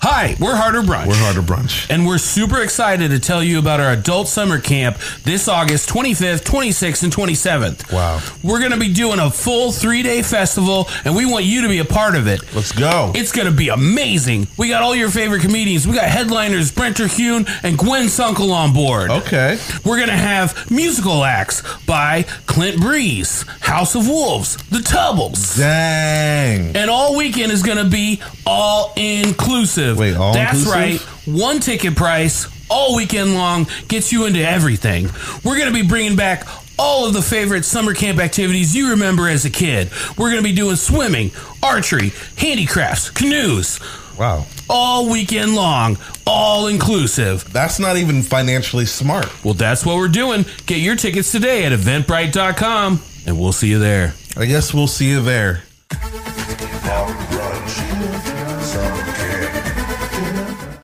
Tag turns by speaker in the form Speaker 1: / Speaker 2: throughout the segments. Speaker 1: Hi, we're Harder Brunch.
Speaker 2: We're harder brunch.
Speaker 1: And we're super excited to tell you about our adult summer camp this August 25th, 26th, and 27th.
Speaker 2: Wow.
Speaker 1: We're going to be doing a full three day festival, and we want you to be a part of it.
Speaker 2: Let's go.
Speaker 1: It's going to be amazing. We got all your favorite comedians. We got headliners Brenter Hune and Gwen Sunkel on board.
Speaker 2: okay.
Speaker 1: We're going to have musical acts by Clint Breeze, House of Wolves, The Tubbles.
Speaker 2: Dang.
Speaker 1: And all weekend is going to be all inclusive.
Speaker 2: Wait, all
Speaker 1: That's
Speaker 2: inclusive?
Speaker 1: right. One ticket price all weekend long gets you into everything. We're going to be bringing back all of the favorite summer camp activities you remember as a kid. We're going to be doing swimming, archery, handicrafts, canoes,
Speaker 2: Wow.
Speaker 1: all weekend long, all inclusive.
Speaker 2: That's not even financially smart.
Speaker 1: Well, that's what we're doing. Get your tickets today at eventbrite.com and we'll see you there.
Speaker 2: I guess we'll see you there.
Speaker 3: Hot brunch. Some kid.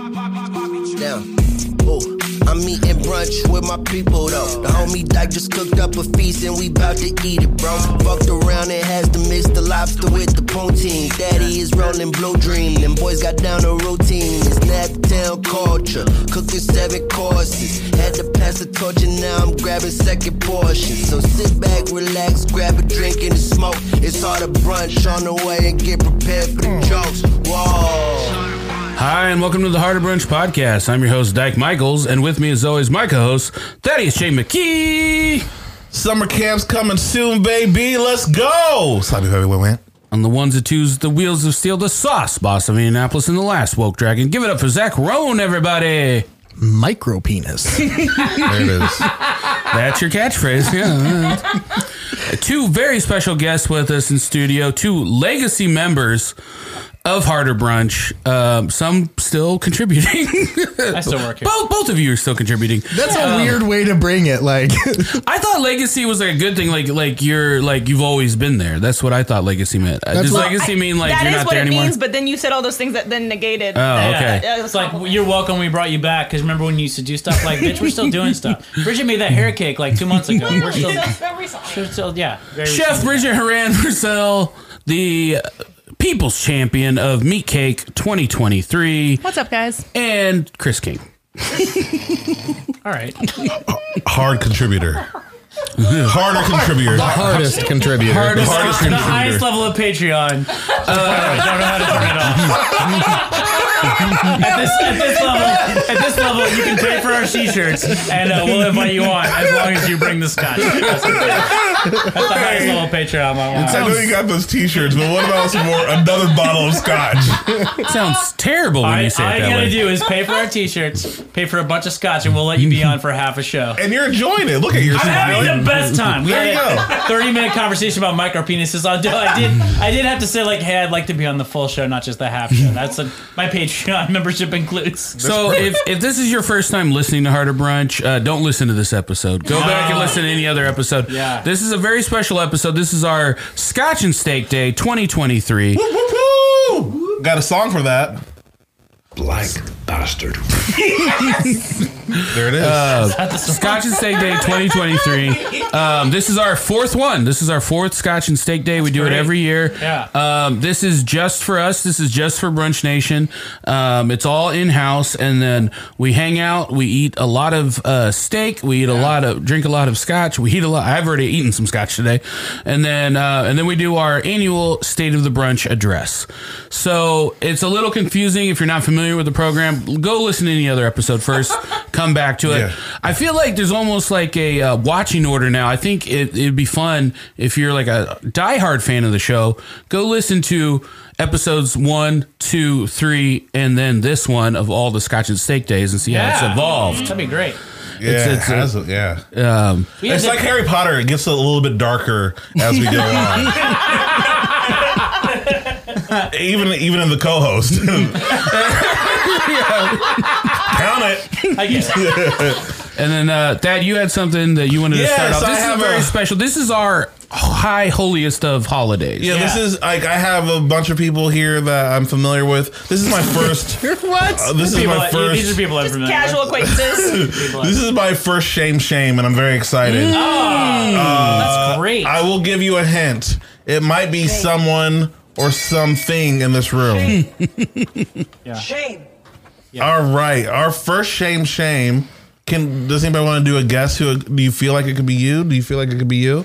Speaker 4: Damn. Ooh, oh, I'm eating brunch with my people though. The homie Dyke just cooked up a feast and we bout to eat it, bro. Fucked around and has to mix the lobster with the poutine. Daddy is rolling blue dream. Them boys got down a routine. It's nap town culture. Cooking seven courses. Had to pass the torch and now I'm grabbing second portion. So sit back, relax, grab a drink and a smoke. It's all the brunch on the way and get prepared for the jokes. Whoa.
Speaker 1: Hi, and welcome to the Heart of Brunch podcast. I'm your host, Dyke Michaels, and with me, as always, my co host, Thaddeus Shane McKee.
Speaker 2: Summer camp's coming soon, baby. Let's go. Slappy baby, we went.
Speaker 1: On the ones and twos, the wheels of steel, the sauce, boss of Indianapolis, and the last woke dragon. Give it up for Zach Roan, everybody.
Speaker 5: Micro penis.
Speaker 2: There it is.
Speaker 1: That's your catchphrase. Yeah. two very special guests with us in studio, two legacy members of Harder Brunch. Um, some still contributing.
Speaker 6: I still work here.
Speaker 1: both, both of you are still contributing.
Speaker 5: That's a weird way to bring it. Like,
Speaker 1: I thought legacy was like a good thing. Like like you're like you've always been there. That's what I thought legacy meant. Uh, Does
Speaker 5: what-
Speaker 1: legacy mean like
Speaker 7: that
Speaker 1: you're
Speaker 7: is
Speaker 1: not
Speaker 7: what
Speaker 1: there
Speaker 7: it
Speaker 1: anymore?
Speaker 7: means, but then you said all those things that then negated.
Speaker 1: Oh, okay.
Speaker 7: that it was
Speaker 6: It's like
Speaker 7: compliment.
Speaker 6: you're welcome. We brought you back because remember when you used to do stuff like bitch? We're still doing stuff. Bridget made that hair cake like two months ago. We're still, we're still yeah. Very
Speaker 1: Chef Bridget Haran Purcell, the People's Champion of Meat Cake 2023,
Speaker 7: What's up, guys?
Speaker 1: and Chris King.
Speaker 6: All right.
Speaker 2: Hard contributor. Harder contributor.
Speaker 5: hardest contributor.
Speaker 1: Hardest-
Speaker 2: Hardest
Speaker 6: the
Speaker 2: contributor.
Speaker 6: highest level of Patreon. Uh, I don't know how to turn it off. at, this, at this level, at this level, you can pay for our t-shirts, and uh, we'll invite you on as long as you bring the scotch. That's the highest level of Patreon. I want.
Speaker 2: I know you got those T-shirts, but what about some more? Another bottle of scotch.
Speaker 1: Sounds terrible when
Speaker 6: All
Speaker 1: you
Speaker 6: you
Speaker 1: say it that
Speaker 6: gotta
Speaker 1: way.
Speaker 6: do is pay for our t-shirts, pay for a bunch of scotch, and we'll let you be on for half a show.
Speaker 2: and you're enjoying it. Look at your
Speaker 6: I'm having
Speaker 2: smile.
Speaker 6: the best time. We
Speaker 2: There
Speaker 6: had
Speaker 2: you
Speaker 6: a 30 minute conversation about micro penises. I did, I did have to say like, hey, I'd like to be on the full show, not just the half show. That's a, my Patreon membership includes.
Speaker 1: So if, if this is your first time listening to Harder Brunch, uh, don't listen to this episode. Go back and listen to any other episode.
Speaker 6: Yeah.
Speaker 1: This is a very special episode. This is our Scotch and Steak Day 2023.
Speaker 2: Woo-hoo-hoo! Got a song for that.
Speaker 3: Black bastard.
Speaker 2: There it is.
Speaker 1: Scotch and Steak Day 2023. Um, this is our fourth one. This is our fourth Scotch and Steak Day. we do
Speaker 6: great.
Speaker 1: it every year.
Speaker 6: Yeah.
Speaker 1: Um, this is just for us. This is just for Brunch Nation. Um, it's all in house, and then we hang out. We eat a lot of uh, steak. We eat a lot of drink a lot of scotch. We eat a lot. I've already eaten some scotch today, and then uh, and then we do our annual State of the Brunch address. So it's a little confusing if you're not familiar with the program. Go listen to any other episode first. come back to it.
Speaker 2: Yeah.
Speaker 1: I feel like there's almost like a uh, watching order now. I think it, it'd be fun if you're like a diehard fan of the show, go listen to episodes one, two, three, and then this one of all the Scotch and Steak Days and see how it's evolved.
Speaker 6: That'd be great.
Speaker 2: yeah,
Speaker 1: it's-
Speaker 2: it
Speaker 1: it's a-
Speaker 2: has a- um, yeah.
Speaker 6: We had
Speaker 2: It's
Speaker 6: to-
Speaker 2: like Harry Potter. It gets a little bit darker as we go on. even even in the co-host. Count it.
Speaker 6: I guess.
Speaker 1: And then, uh, Thad, you had something that you wanted
Speaker 2: Yes,
Speaker 1: to start off.
Speaker 2: I
Speaker 1: This is
Speaker 2: have
Speaker 1: very
Speaker 2: a-
Speaker 1: special. This is our high holiest of holidays.
Speaker 2: Yeah, this
Speaker 6: Yeah.
Speaker 2: is like I have a bunch of people here that I'm familiar with. This is my first.
Speaker 8: what?
Speaker 2: uh, this is
Speaker 6: People,
Speaker 2: my first.
Speaker 6: These are people I'm
Speaker 7: Just
Speaker 6: familiar
Speaker 7: casual
Speaker 6: with.
Speaker 7: acquaintances.
Speaker 2: this is my first shame shame, and I'm very excited.
Speaker 6: That's great.
Speaker 2: I will give you a hint. It might be someone or something in this room.
Speaker 9: Shame.
Speaker 2: All right, our first shame shame. Can does anybody want to do a guess? Who do you feel like it could be you? Do you feel like it could be you?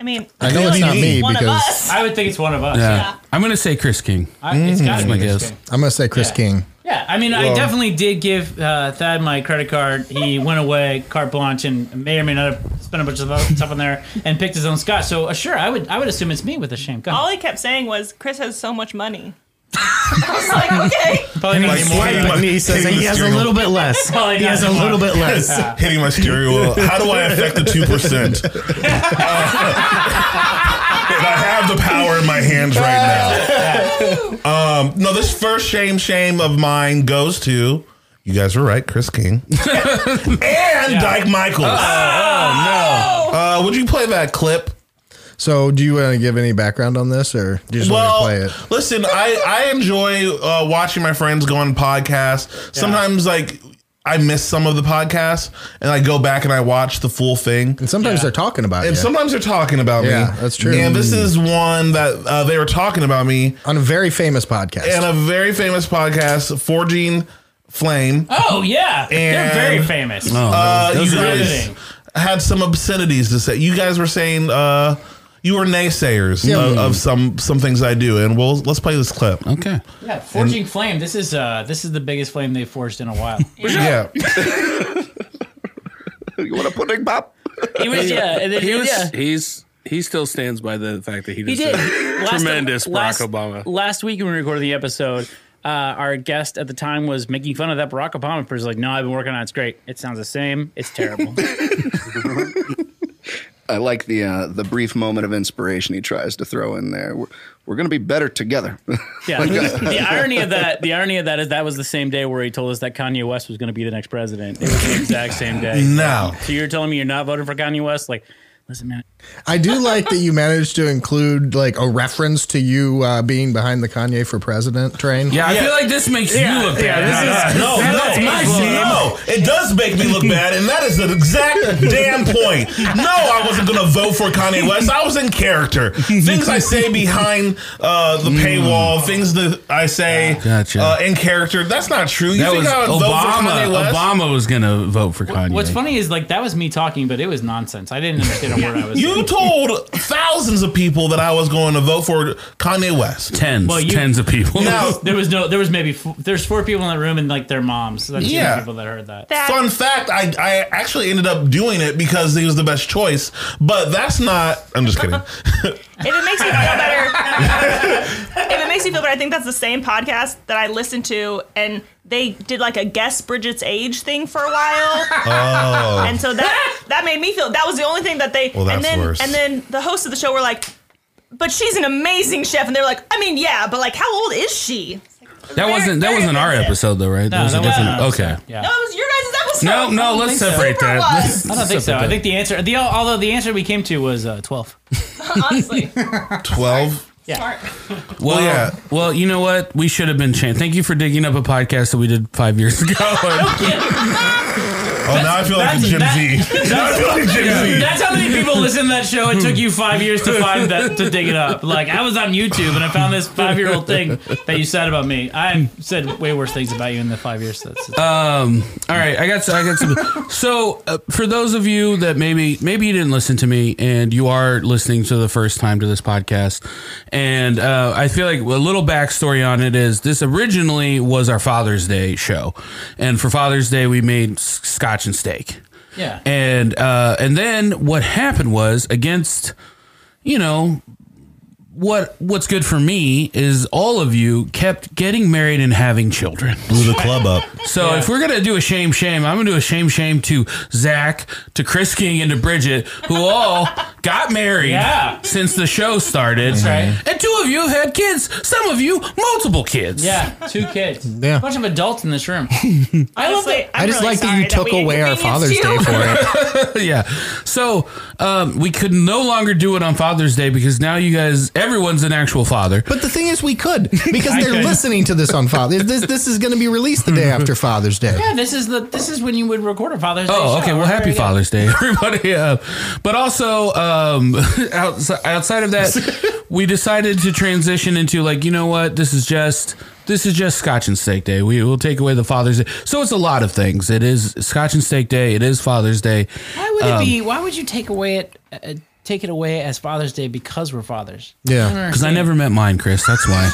Speaker 7: I mean,
Speaker 8: I know it's not me
Speaker 7: one of
Speaker 8: because
Speaker 7: us.
Speaker 6: I would think it's one of us.
Speaker 1: Yeah.
Speaker 6: Yeah.
Speaker 1: Uh, I'm gonna say Chris King.
Speaker 6: I, it's
Speaker 2: Mm,
Speaker 6: got to be
Speaker 1: my
Speaker 6: this
Speaker 1: guess.
Speaker 6: guy.
Speaker 8: I'm gonna say Chris
Speaker 6: Yeah.
Speaker 8: King.
Speaker 6: Yeah, I mean, I definitely did give uh, Thad my credit card. He went away, carte blanche, and may or may not have spent a bunch of stuff on there and picked his own scotch. So, uh, sure, I would, I would assume it's me with a shame. Go
Speaker 7: All
Speaker 6: ahead.
Speaker 7: he kept saying was, "Chris has so much money." I was like, okay.
Speaker 6: Probably not
Speaker 2: Like,
Speaker 6: anymore.
Speaker 2: why-
Speaker 6: but-
Speaker 2: Like,
Speaker 8: he says
Speaker 2: hitting
Speaker 8: he
Speaker 2: the
Speaker 8: has a
Speaker 2: steering
Speaker 8: little bit less.
Speaker 6: Probably
Speaker 8: He
Speaker 6: not
Speaker 8: has a
Speaker 6: anymore.
Speaker 8: little bit less.
Speaker 2: Hitting my steering wheel. How do I affect the two percent? Uh, I have the power in my hands right now. Um, no, this first shame shame of mine goes to you guys were right, Chris King and Dyke Michaels.
Speaker 7: Oh,
Speaker 2: Uh, would you play that clip?
Speaker 8: So, do you want to give any background on this, or do you just
Speaker 2: well,
Speaker 8: want to play it?
Speaker 2: listen, I I enjoy uh, watching my friends go on podcasts. Sometimes like. I miss some of the podcasts, and I go back and I watch the full thing.
Speaker 8: And sometimes they're talking about
Speaker 2: And
Speaker 8: you
Speaker 2: sometimes they're talking about me.
Speaker 8: Yeah, that's true. Mm.
Speaker 2: And this is one that uh, they were talking about me
Speaker 8: on a very famous podcast.
Speaker 2: in a very famous podcast, Forging Flame.
Speaker 6: Oh yeah, they're
Speaker 2: And-
Speaker 6: very famous.
Speaker 8: Oh.
Speaker 2: Uh,
Speaker 1: those-
Speaker 2: you
Speaker 1: those are-
Speaker 6: guys-
Speaker 2: guys had some obscenities to say. You guys were saying uh, you were naysayers of, of some some things I do, and we'll let's play this clip.
Speaker 1: okay.
Speaker 6: Yeah, forging flame. This is uh, this is the biggest flame they've forged in a while.
Speaker 2: Yeah,
Speaker 10: You want a pudding pop?
Speaker 6: he was yeah, and then,
Speaker 11: He was.
Speaker 6: yeah.
Speaker 11: He's. He still stands by the fact that he,
Speaker 6: He
Speaker 11: just
Speaker 6: did.
Speaker 11: said,
Speaker 6: Last-
Speaker 11: Tremendous
Speaker 6: last-
Speaker 11: Barack Obama.
Speaker 6: Last week when we recorded the episode, uh, our guest at the time was making fun of that Barack Obama person. Like, no, I've been working on it. It's great. It sounds the same. It's terrible.
Speaker 10: I like the uh, the brief moment of inspiration he tries to throw in there. We're, we're going to be better together. uh,
Speaker 6: Yeah. the irony of that, the irony of that is that was the same day where he told us that Kanye West was going to be the next president. It was the exact same day.
Speaker 2: now
Speaker 6: So you're telling me you're not voting for Kanye West? Like, listen, man.
Speaker 8: I do like that you managed to include like a reference to you uh, being behind the Kanye for president train.
Speaker 1: Yeah, I feel like this makes you look bad.
Speaker 2: No, no, no, it does make me look bad, and that is the exact damn point. No, I wasn't going to vote for Kanye West. I was in character. Things I say behind uh, the paywall, things that I say
Speaker 1: Mm. Ah, Gotcha.
Speaker 2: uh, in character, that's not true. You
Speaker 1: That
Speaker 2: think
Speaker 1: was
Speaker 2: I would vote for Kanye
Speaker 1: Obama.
Speaker 2: West?
Speaker 1: Obama was gonna vote for Kanye.
Speaker 6: What's funny is like that was me talking, but it was nonsense. I didn't understand a word I was.
Speaker 2: You told thousands of people that I was going to vote for Kanye West.
Speaker 1: Tens,
Speaker 6: Well, you-
Speaker 1: tens of people.
Speaker 2: Now,
Speaker 6: there was no. There was maybe four, there's four people in the room and like their moms. So that's yeah.
Speaker 2: Yeah.
Speaker 6: people that heard that.
Speaker 7: That-
Speaker 2: Fun fact, I, I actually ended up doing it because he was the best choice, but that's not. I'm just kidding.
Speaker 7: If it makes you feel better, if it makes you feel better, I think that's the same podcast that I listened to, and they did like a guess Bridget's age thing for a while, and so that that made me feel that was the only thing that they.
Speaker 2: Oh. Well, that's
Speaker 7: and then,
Speaker 2: worse.
Speaker 7: And then the hosts of the show were like, "But she's an amazing chef," and they're like, "I mean, yeah, but like, how old is she?"
Speaker 1: that wasn't that
Speaker 7: very
Speaker 1: wasn't our
Speaker 7: offensive.
Speaker 1: episode though, right?
Speaker 6: No,
Speaker 1: was a
Speaker 6: that was
Speaker 1: different-
Speaker 6: not ours.
Speaker 1: okay.
Speaker 6: Yeah.
Speaker 7: No, it was your guys' episode.
Speaker 1: No, no, let's
Speaker 6: think so.
Speaker 1: separate
Speaker 7: Super
Speaker 1: that.
Speaker 7: was.
Speaker 6: I don't think so. I think the answer, the although the answer we came to was uh, twelve.
Speaker 7: Honestly,
Speaker 2: 12.
Speaker 7: smart.
Speaker 1: Well,
Speaker 2: yeah.
Speaker 1: Well, you know what? We should have been changed. Thank you for digging up a podcast that we did five years ago.
Speaker 2: Oh, now I feel like a
Speaker 6: that's-
Speaker 2: Jim
Speaker 6: that-
Speaker 2: Z. Now I feel like Jim Z.
Speaker 6: That's how many people listen to that show. It took you five years to find that to dig it up. Like I was on YouTube and I found this five year old thing that you said about me. I said way worse things about you in the five years. That's,
Speaker 1: All right, I got I got some. so uh, for those of you that maybe maybe you didn't listen to me and you are listening to the first time to this podcast, and uh, I feel like a little backstory on it is this originally was our Father's Day show, and for Father's Day we made s- scotch and steak,
Speaker 6: yeah.
Speaker 1: and uh, and then what happened was against, you know. What what's good for me is all of you kept getting married and having children.
Speaker 2: Blew the club up.
Speaker 1: So if we're gonna do a shame shame, I'm gonna do a shame shame to Zach, to Chris King, and to Bridget, who all got married
Speaker 6: Yeah.
Speaker 1: since the show started. That's
Speaker 6: right.
Speaker 1: And two of you have had kids. Some of you multiple kids.
Speaker 6: Yeah, two kids.
Speaker 8: Yeah.
Speaker 6: bunch of adults in this room. I love that.
Speaker 8: I just like that you took away our Father's Day for it.
Speaker 1: yeah. So um, we could no longer do it on Father's Day because now you guys, everyone's an actual father.
Speaker 8: But the thing is, we could because
Speaker 6: I
Speaker 8: they're
Speaker 6: could.
Speaker 8: listening to this on Father. This this is going to be released the day after Father's Day.
Speaker 6: Yeah, this is the this is when you would record a Father's Day.
Speaker 1: Oh,
Speaker 6: show.
Speaker 1: okay. Well,
Speaker 6: We're
Speaker 1: happy
Speaker 6: very-
Speaker 1: Father's Day, everybody. Uh, but also, um, outside, outside of that, we decided to transition into like, you know what? This is just this is just Scotch and Steak Day. We will take away the Father's Day. So it's a lot of things. It is Scotch and Steak Day. It is Father's Day.
Speaker 6: Why would it
Speaker 1: Um,
Speaker 6: be? Why would you take away it? Uh, take it away as Father's Day because we're fathers.
Speaker 8: Yeah.
Speaker 1: Because I never met mine, Chris. That's why.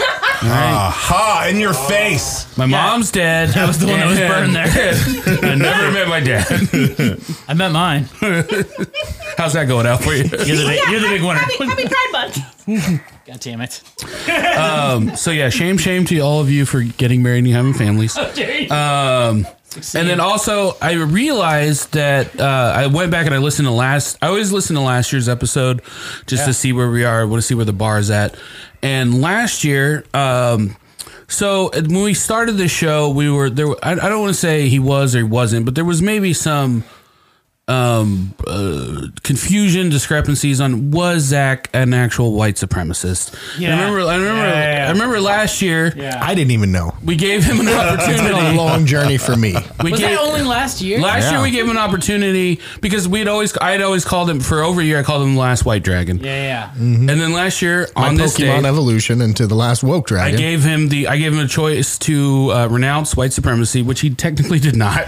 Speaker 1: All right.
Speaker 2: Aha, in your face.
Speaker 1: My mom's dead. That was the
Speaker 6: one that was burned
Speaker 1: there. I never met my dad.
Speaker 6: I meant mine.
Speaker 1: How's that going out for you?
Speaker 6: You're the big, you're the big winner.
Speaker 7: Happy, happy Pride Month.
Speaker 6: God damn it.
Speaker 1: So yeah, shame, shame to all of you for getting married and having families. And then also, I realized that uh, I went back and I listened to last. I always listen to last year's episode just to see where we are. I want to see where the bar is at. And last year, um, so uh, when we started the show, we were there. were- I, I don't want to say he was or he wasn't, but there was maybe some um, uh, confusion, discrepancies on was Zach an actual white supremacist?
Speaker 6: Yeah.
Speaker 1: I remember. I remember.
Speaker 6: Yeah, yeah, yeah.
Speaker 1: I remember last year
Speaker 8: I didn't even know.
Speaker 1: we gave him an
Speaker 8: It's been
Speaker 1: opportunity.
Speaker 8: a long journey for me.
Speaker 1: We
Speaker 6: Was
Speaker 1: gave-
Speaker 6: that only last year?
Speaker 1: Last
Speaker 8: Yeah.
Speaker 1: year we gave him an opportunity because we'd always I'd always called him for over a year I called him the last white dragon.
Speaker 6: yeah, yeah.
Speaker 1: And then last year
Speaker 8: Mm-hmm. My
Speaker 1: on this
Speaker 8: Pokemon
Speaker 1: day
Speaker 8: evolution into the last woke
Speaker 1: I
Speaker 8: dragon.
Speaker 1: gave him the I gave him a choice to uh, renounce white supremacy which he technically did not.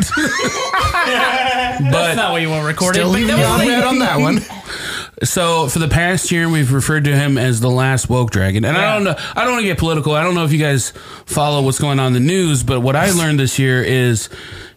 Speaker 6: That's
Speaker 1: but
Speaker 6: not what you want recorded.
Speaker 8: Still
Speaker 6: but that
Speaker 8: leaving you
Speaker 6: was
Speaker 8: on
Speaker 6: like-
Speaker 8: red on that one.
Speaker 1: so for the past year we've referred to him as the last woke dragon. And I
Speaker 6: Yeah.
Speaker 1: don't know I don't want to get political. I don't know if you guys follow what's going on in the news, but what I learned this year is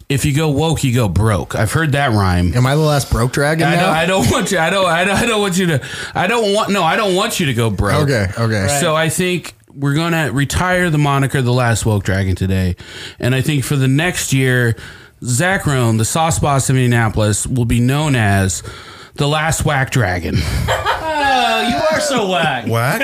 Speaker 1: if you go woke you go broke. I've heard that rhyme.
Speaker 8: Am I the last broke dragon
Speaker 1: I
Speaker 8: now?
Speaker 1: don't, I don't want you. I don't. I don't, I don't want you to. I don't want. No, I don't want you to go broke.
Speaker 8: okay. Okay.
Speaker 1: So I think we're gonna retire the moniker "The Last Woke Dragon" today, and I think for the next year, Zach Rohn, the sauce boss of Indianapolis, will be known as the Last Whack Dragon.
Speaker 6: Oh, you are so whack.
Speaker 2: Whack.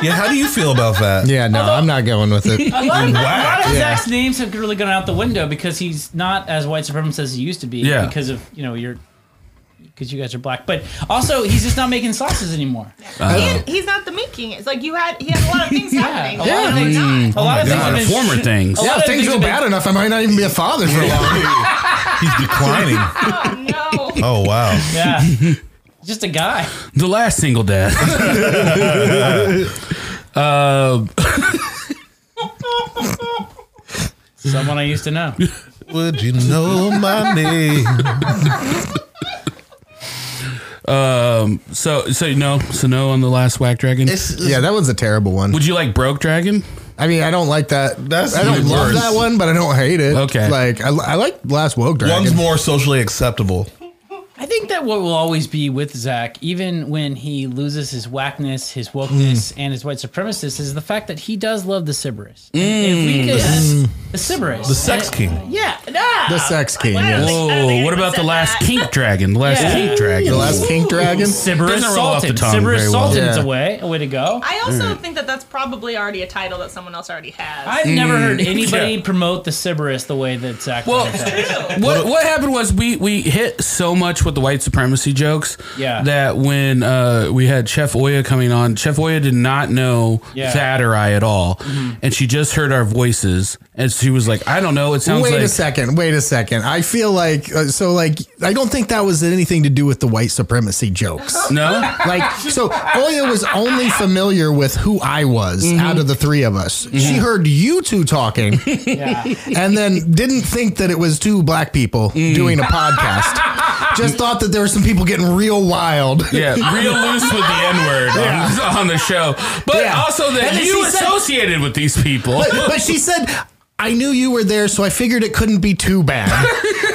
Speaker 2: yeah, how do you feel about that?
Speaker 8: Yeah. No, I'm not going with it.
Speaker 6: A lot of, a lot
Speaker 2: Whack.
Speaker 6: of
Speaker 8: Yeah.
Speaker 6: Zach's names have really gone out the window because he's not as white supremacist as he used to be.
Speaker 1: Yeah.
Speaker 6: Because of you know your, because you guys are black, but also he's just not making sauces anymore.
Speaker 7: And he's not the making. It's like you had he had a lot of things happening.
Speaker 6: a lot of things-
Speaker 7: Not.
Speaker 6: A lot of things
Speaker 1: Oh God,
Speaker 6: have been
Speaker 1: former things.
Speaker 6: lot
Speaker 7: Oh,
Speaker 8: Yeah,
Speaker 6: of
Speaker 8: if things
Speaker 6: things
Speaker 8: go
Speaker 6: have been-
Speaker 8: bad enough, I might not even be a father for a while.
Speaker 2: He's declining.
Speaker 7: Oh no.
Speaker 2: Oh wow.
Speaker 6: Yeah. Just a guy.
Speaker 1: The last single dad. Um,
Speaker 6: Someone I used to know.
Speaker 2: Would you know my name?
Speaker 1: so so no so no on the last whack dragon.
Speaker 8: Yeah, that one's a terrible one.
Speaker 1: Would you like broke dragon?
Speaker 8: I mean, I don't like that.
Speaker 2: That's
Speaker 8: I don't
Speaker 2: the
Speaker 8: love
Speaker 2: worst.
Speaker 8: that one, but I don't hate it.
Speaker 1: Okay.
Speaker 8: like I, I like Last Woke Dragon.
Speaker 2: One's more socially acceptable.
Speaker 6: I think that what will always be with Zach, even when he loses his whackness, his wokeness, and his white supremacist, is the fact that he does love the Sybaris. And if we could, the Sybaris.
Speaker 2: The sex king.
Speaker 6: Yeah. Nah.
Speaker 8: the Sex King, yeah.
Speaker 7: Well- I don't think
Speaker 1: Whoa! What
Speaker 7: anyone
Speaker 1: about the
Speaker 7: said
Speaker 1: last
Speaker 7: that.
Speaker 1: kink dragon? The last
Speaker 6: Yeah.
Speaker 1: kink dragon.
Speaker 8: the Last King Dragon.
Speaker 6: Sybaris
Speaker 1: Doesn't roll off the
Speaker 6: Sultan.
Speaker 1: tongue
Speaker 6: Sybaris
Speaker 1: very well.
Speaker 6: Sultan's
Speaker 8: Yeah.
Speaker 6: a way, a way to go.
Speaker 7: I also think that that's probably already a title that someone else already has.
Speaker 6: I've never heard anybody promote the Sybaris the way that Zach
Speaker 1: Well,
Speaker 6: does that.
Speaker 1: what what happened was we we hit so much with the white supremacy jokes
Speaker 6: Yeah.
Speaker 1: that when uh, we had Chef Oya coming on, Chef Oya did not know
Speaker 6: Yeah. Mm-hmm.
Speaker 1: Thad or I at all, and she just heard our voices, and she was like, "I don't know." It sounds
Speaker 8: Wait
Speaker 1: like
Speaker 8: a second. Wait a second. I feel like uh, so. Like I don't think that was anything to do with the white supremacy jokes.
Speaker 1: no.
Speaker 8: Like so, Oya was only familiar with who I was out of the three of us. She heard you two talking,
Speaker 6: Yeah.
Speaker 8: and then didn't think that it was two black people doing a podcast. Just thought that there were some people getting real wild.
Speaker 1: Yeah, real loose with the N word on, on the show, but
Speaker 8: Yeah.
Speaker 1: also
Speaker 8: And
Speaker 1: that
Speaker 8: then
Speaker 1: you
Speaker 8: she said-
Speaker 1: associated with these people.
Speaker 8: But, but she said, I knew you were there, so I figured it couldn't be too bad.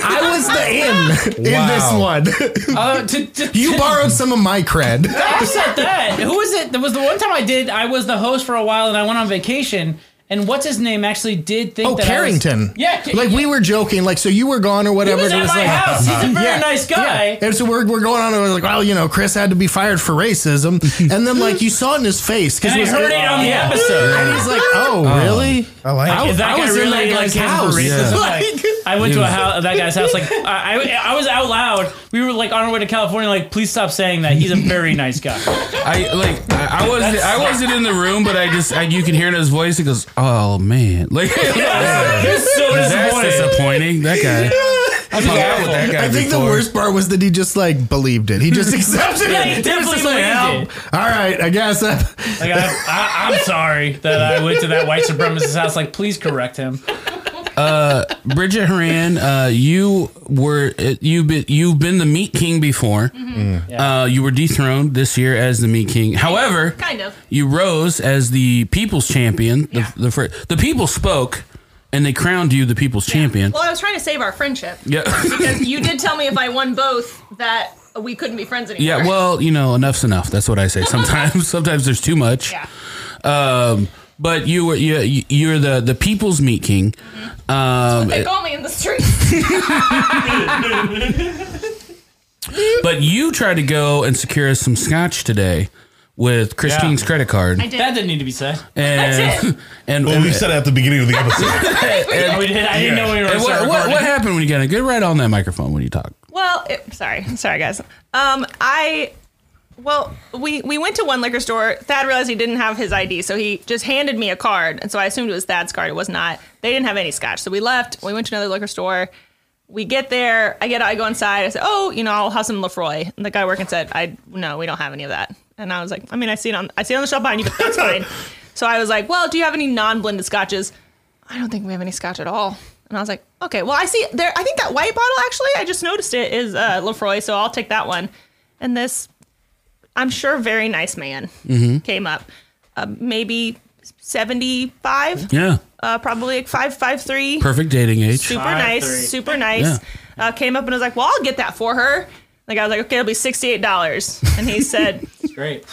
Speaker 8: I was the in
Speaker 2: Wow.
Speaker 8: in this one.
Speaker 6: Uh, to, to,
Speaker 8: you borrowed some of my cred.
Speaker 6: I said that. Who was it? There was the one time I did. I was the host for a while, and I went on vacation, And what's his name actually did think
Speaker 8: Oh,
Speaker 6: that I was-
Speaker 8: Carrington.
Speaker 6: yeah, ca-
Speaker 8: like we were joking. Like so, you were gone or whatever.
Speaker 6: was
Speaker 8: and it
Speaker 6: at my
Speaker 8: like,
Speaker 6: house. He's a very nice guy.
Speaker 8: yeah. And so we're, we're going on. And we're like, well, you know, Chris had to be fired for racism. and then like you saw it in his face
Speaker 6: And I
Speaker 8: was-
Speaker 6: heard it on the
Speaker 8: Yeah.
Speaker 6: episode.
Speaker 8: And he's like, oh,
Speaker 6: Oh.
Speaker 8: really?
Speaker 6: I like
Speaker 8: I,
Speaker 6: it. That
Speaker 8: I
Speaker 6: guy
Speaker 8: was in
Speaker 6: really, like,
Speaker 8: that guy's
Speaker 6: has a
Speaker 8: house.
Speaker 6: racism, like- I went to a
Speaker 8: Yeah.
Speaker 6: house, that guy's house. Like I, I, I was out loud. We were like on our way to California. Like, please stop saying that. He's a very nice guy.
Speaker 1: I like I, I wasn't I wasn't in the room, but I just I, you can hear in his voice. He goes, "Oh man!" Like
Speaker 6: He was so
Speaker 1: that's
Speaker 6: disappointed.
Speaker 1: disappointing. That guy. I've hung out with that guy
Speaker 8: I think the
Speaker 1: before.
Speaker 8: worst part was that he just like believed it. He just accepted
Speaker 6: Yeah,
Speaker 8: it.
Speaker 6: he
Speaker 8: was
Speaker 6: definitely
Speaker 8: just like,
Speaker 6: believed
Speaker 8: "Oh, All right, I guess. I,
Speaker 6: Like I, I, I'm sorry that I went to that white supremacist's house. Like, please correct him.
Speaker 1: uh, Bridget Haran, uh, you were uh, you've been you've been the meat king before.
Speaker 7: Mm-hmm.
Speaker 12: Mm.
Speaker 1: Uh, you were dethroned this year as the meat king. However,
Speaker 7: Kind of.
Speaker 1: you rose as the people's champion. The the, fir- the people spoke, and they crowned you the people's champion.
Speaker 7: Well, I was trying to save our friendship.
Speaker 1: Yeah.
Speaker 7: Because you did tell me if I won both that we couldn't be friends anymore.
Speaker 1: Yeah, well, you know, enough's enough. That's what I say. Sometimes, sometimes there's too much.
Speaker 7: Yeah.
Speaker 1: Um, but you were you you're the the people's meat king. Um,
Speaker 7: they call me in the streets.
Speaker 1: but you tried to go and secure us some scotch today with Christine's credit card.
Speaker 6: I did. That didn't need to be said.
Speaker 1: And, and
Speaker 12: Well, we said it at the beginning of the episode.
Speaker 6: Oh, we did. I didn't know we were.
Speaker 1: And
Speaker 6: still
Speaker 1: what, what,
Speaker 6: recording.
Speaker 1: what happened when you got a good right on that microphone when you talk?
Speaker 7: Well, it, sorry, sorry guys. Um, I well, we we went to one liquor store. Thad realized he didn't have his ID, so he just handed me a card, and so I assumed it was Thad's card. It was not. They didn't have any scotch, so we left. We went to another liquor store. We get there. I get. I go inside. I said, "Oh, you know, I'll have some Lefroy." And the guy working said, "I no, we don't have any of that." And I was like, "I mean, I see it on I see it on the shelf behind you, but that's fine." So I was like, "Well, do you have any non-blended scotches?" I don't think we have any scotch at all. And I was like, okay, well, I see there. I think that white bottle actually, I just noticed it is uh, Lefroy, so I'll take that one. And this, I'm sure, very nice man
Speaker 1: Mhm.
Speaker 7: came up, uh, maybe 75.
Speaker 1: Yeah.
Speaker 7: Uh, probably like five five three.
Speaker 1: Perfect dating age.
Speaker 7: Super
Speaker 1: Five,
Speaker 7: nice,
Speaker 1: three.
Speaker 7: super nice.
Speaker 1: Yeah.
Speaker 7: Uh, came up and was like, well, I'll get that for her. Like I was like, okay, it'll be sixty eight dollars. And he said,
Speaker 6: It's great.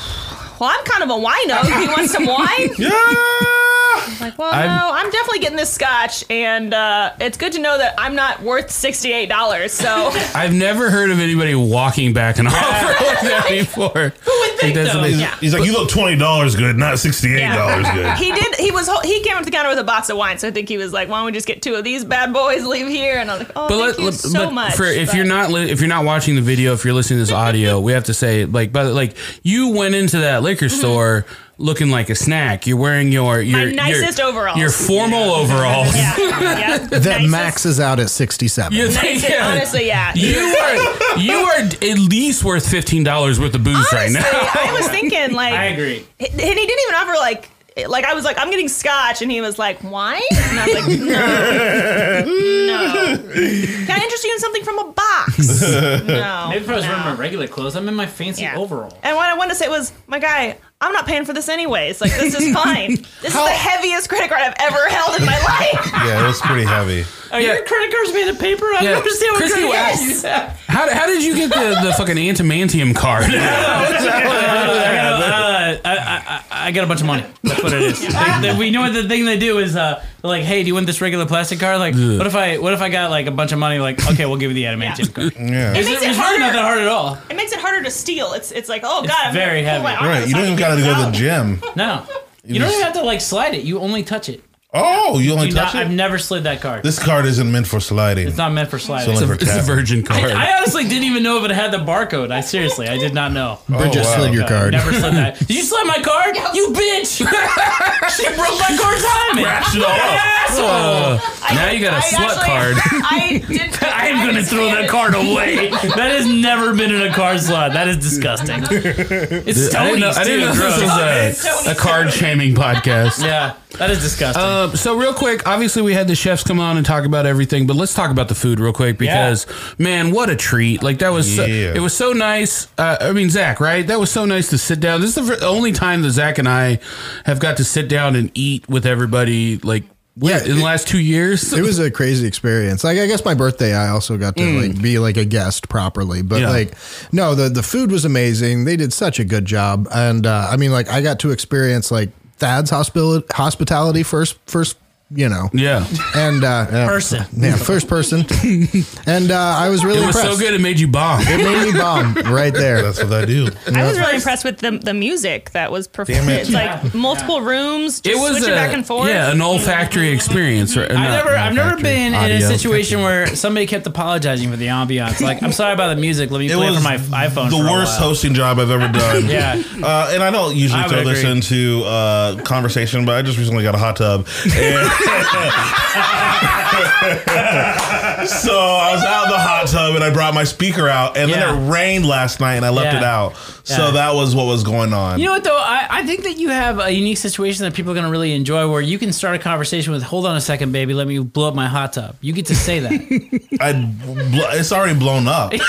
Speaker 7: well, I'm kind of a wino. Do you want some wine?
Speaker 6: Yeah.
Speaker 7: I was like, well,
Speaker 1: I'm-
Speaker 7: no, I'm definitely getting this scotch, and uh, it's good to know that I'm not worth sixty-eight dollars. So,
Speaker 1: I've never heard of anybody walking back an offer like that before. Who would
Speaker 7: think, though? Yeah.
Speaker 12: He's like, you look twenty dollars good, not sixty eight dollars
Speaker 7: Yeah.
Speaker 12: good.
Speaker 7: he did. He was. hol- He came up to the counter with a box of wine, so I think he was like, "Why don't we just get two of these bad boys? Leave here." And I was like, "Oh, thank you so
Speaker 1: but
Speaker 7: much."
Speaker 1: For, if
Speaker 7: But-
Speaker 1: you're not li- if you're not watching the video, if you're listening to this audio, we have to say like, but like you went into that liquor
Speaker 7: Mm-hmm.
Speaker 1: store looking like a snack. You're wearing your your your-
Speaker 7: nicest overalls.
Speaker 1: your formal overalls.
Speaker 7: yeah,
Speaker 8: that maxes out at sixty-seven.
Speaker 1: You think-
Speaker 7: Nice- honestly, yeah.
Speaker 1: You are you are at least worth fifteen dollars worth of booze right
Speaker 7: Honestly,
Speaker 1: now.
Speaker 7: I was thinking like
Speaker 1: I agree.
Speaker 7: And he didn't even offer like like I was like I'm getting scotch, and he was like wine, and I was like no, no. Can I interest you in something from a box? No,
Speaker 6: Maybe if I was
Speaker 7: no.
Speaker 6: wearing my regular clothes, I'm in my fancy overall.
Speaker 7: And what I wanted to say was, my guy, I'm not paying for this anyways. Like this is fine. This is the heaviest credit card I've ever held in my life.
Speaker 2: Yeah, it was pretty heavy.
Speaker 6: Are your credit cards made of paper? I
Speaker 1: Yeah.
Speaker 6: don't understand what
Speaker 1: Chrissy,
Speaker 6: credit
Speaker 1: what-
Speaker 6: cards you have.
Speaker 1: How, how did you get the, the fucking antimantium card?
Speaker 6: I, got, uh, I, I, I got a bunch of money. That's what it is. They- they- we know what the thing they do is. Uh, they're like, hey, do you want this regular plastic card? Like, what if I what if I got like a bunch of money? Like, okay, we'll give you the animation card.
Speaker 2: Yeah,
Speaker 7: It makes it
Speaker 6: it's really not
Speaker 7: harder.
Speaker 6: that hard at all.
Speaker 7: It makes it harder to steal. It's it's like oh god, I'm
Speaker 6: very
Speaker 7: gonna pull my
Speaker 6: heavy.
Speaker 7: arm
Speaker 2: Right,
Speaker 7: out
Speaker 2: you
Speaker 7: so I
Speaker 2: don't even
Speaker 7: can
Speaker 2: gotta
Speaker 7: get
Speaker 2: go
Speaker 7: this
Speaker 2: to
Speaker 7: out.
Speaker 2: the gym.
Speaker 6: No, you don't even have to like slide it. You only touch it.
Speaker 2: Oh, you only
Speaker 6: You
Speaker 2: touch
Speaker 6: not-
Speaker 2: it.
Speaker 6: I've never slid that card.
Speaker 2: This card isn't meant for sliding.
Speaker 6: It's not meant for sliding.
Speaker 2: only for tapping.
Speaker 6: I, I honestly didn't even know if it had the barcode. I seriously, I did not know.
Speaker 1: Oh,
Speaker 8: Bridget
Speaker 2: wow.
Speaker 8: slid your
Speaker 6: Okay,
Speaker 8: card.
Speaker 6: Never slid that. Did you slide my card? You bitch! she broke my card timing.
Speaker 12: Scratched it all up.
Speaker 6: Asshole.
Speaker 1: I- Now you got a I slut actually- card.
Speaker 7: I did.
Speaker 6: I am gonna throw that card away. That has never been in a card slot. That is disgusting. It's
Speaker 1: I didn't
Speaker 6: Stoney's
Speaker 1: know, I didn't
Speaker 6: too,
Speaker 1: know
Speaker 6: gross.
Speaker 1: this was a, a card shaming podcast.
Speaker 6: Yeah, that is disgusting.
Speaker 1: Um, so real quick, obviously we had the chefs come on and talk about everything, but let's talk about the food real quick because man, what a treat! Like that was, so-
Speaker 2: Yeah.
Speaker 1: it was so nice. Uh, I mean, Zach, right? That was so nice to sit down. This is the fir- only time that Zach and I have got to sit down and eat with everybody. Like, yeah, in the last two years,
Speaker 8: it was a crazy experience. Like I guess my birthday, I also got to
Speaker 1: Mm.
Speaker 8: like be like a guest properly. But
Speaker 1: Yeah.
Speaker 8: like, no, the the food was amazing. They did such a good job, and uh, I mean, like I got to experience like Thad's hospital hospitality first first you know
Speaker 1: yeah
Speaker 8: and uh, yeah.
Speaker 1: Person.
Speaker 8: yeah first person and uh, I was really
Speaker 1: it was
Speaker 8: impressed.
Speaker 1: so good it made you bomb.
Speaker 8: It made me bomb right there.
Speaker 2: That's what I do.
Speaker 7: I was really impressed with the, the music that was performed.
Speaker 1: it.
Speaker 7: It's like multiple rooms, just
Speaker 1: it was
Speaker 7: switching
Speaker 1: a,
Speaker 7: back and forth.
Speaker 1: yeah an olfactory experience. Right?
Speaker 6: I've never, I've never been in a situation where somebody kept apologizing for the ambiance. Like, I'm sorry about the music. Let me
Speaker 2: It
Speaker 6: play it
Speaker 2: was
Speaker 6: from my iPhone.
Speaker 2: the
Speaker 6: for a
Speaker 2: worst
Speaker 6: while.
Speaker 2: hosting job I've ever done.
Speaker 6: Yeah.
Speaker 2: uh, and I don't usually
Speaker 6: I would
Speaker 2: throw this
Speaker 6: agree.
Speaker 2: into uh, conversation, but I just recently got a hot tub, and so I was out in the hot tub, and I brought my speaker out, and then it rained last night, and I left
Speaker 6: Yeah.
Speaker 2: it out.
Speaker 6: Yeah.
Speaker 2: So that was what was going on.
Speaker 6: You know what though? I, I think that you have a unique situation that people are going to really enjoy, where you can start a conversation with, "Hold on a second, baby, let me blow up my hot tub." You get to say that.
Speaker 2: I, bl- it's already blown up.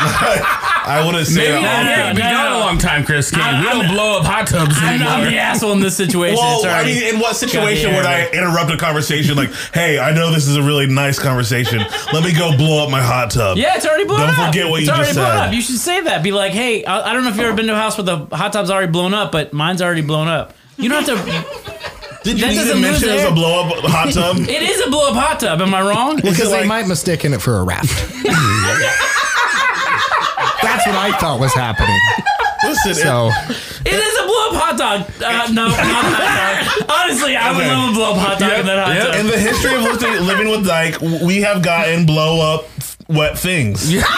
Speaker 2: I wouldn't say
Speaker 1: Maybe not-
Speaker 2: that.
Speaker 1: No, no, maybe no, not no. a long time, Chris. King. We don't blow up hot tubs
Speaker 6: I'm not
Speaker 1: anymore.
Speaker 6: the asshole in this situation.
Speaker 2: Well,
Speaker 6: It's
Speaker 2: I
Speaker 6: already
Speaker 2: mean, in what
Speaker 6: got the
Speaker 2: situation would I
Speaker 6: area.
Speaker 2: interrupt a conversation like, "Hey, I know this is a really nice conversation. Let me go blow up my hot tub."
Speaker 6: Yeah, it's already blown
Speaker 2: Don't
Speaker 6: up.
Speaker 2: forget what
Speaker 6: it's
Speaker 2: you
Speaker 6: already
Speaker 2: just
Speaker 6: blown
Speaker 2: said.
Speaker 6: up. You should say that. Be like, "Hey, I, I don't know if you've ever been to a house where the hot tub's already blown up, but mine's already blown up." You don't have to.
Speaker 2: Did
Speaker 8: you
Speaker 6: that
Speaker 8: even
Speaker 6: doesn't lose
Speaker 8: mention it was
Speaker 6: there.
Speaker 8: a blow-up hot tub?
Speaker 6: it is a blow up hot tub. Am I wrong?
Speaker 8: because they might mistake in it for a raft. That's what I thought was happening.
Speaker 2: Listen,
Speaker 8: so
Speaker 6: It is a blow up hot dog. Uh, no, not hot dog. Honestly, I would
Speaker 2: Okay.
Speaker 6: love a blow up hot dog
Speaker 2: Yep,
Speaker 6: in that hot
Speaker 2: yep.
Speaker 6: dog.
Speaker 2: In the history of living, living with Dyke, we have gotten blow up wet things.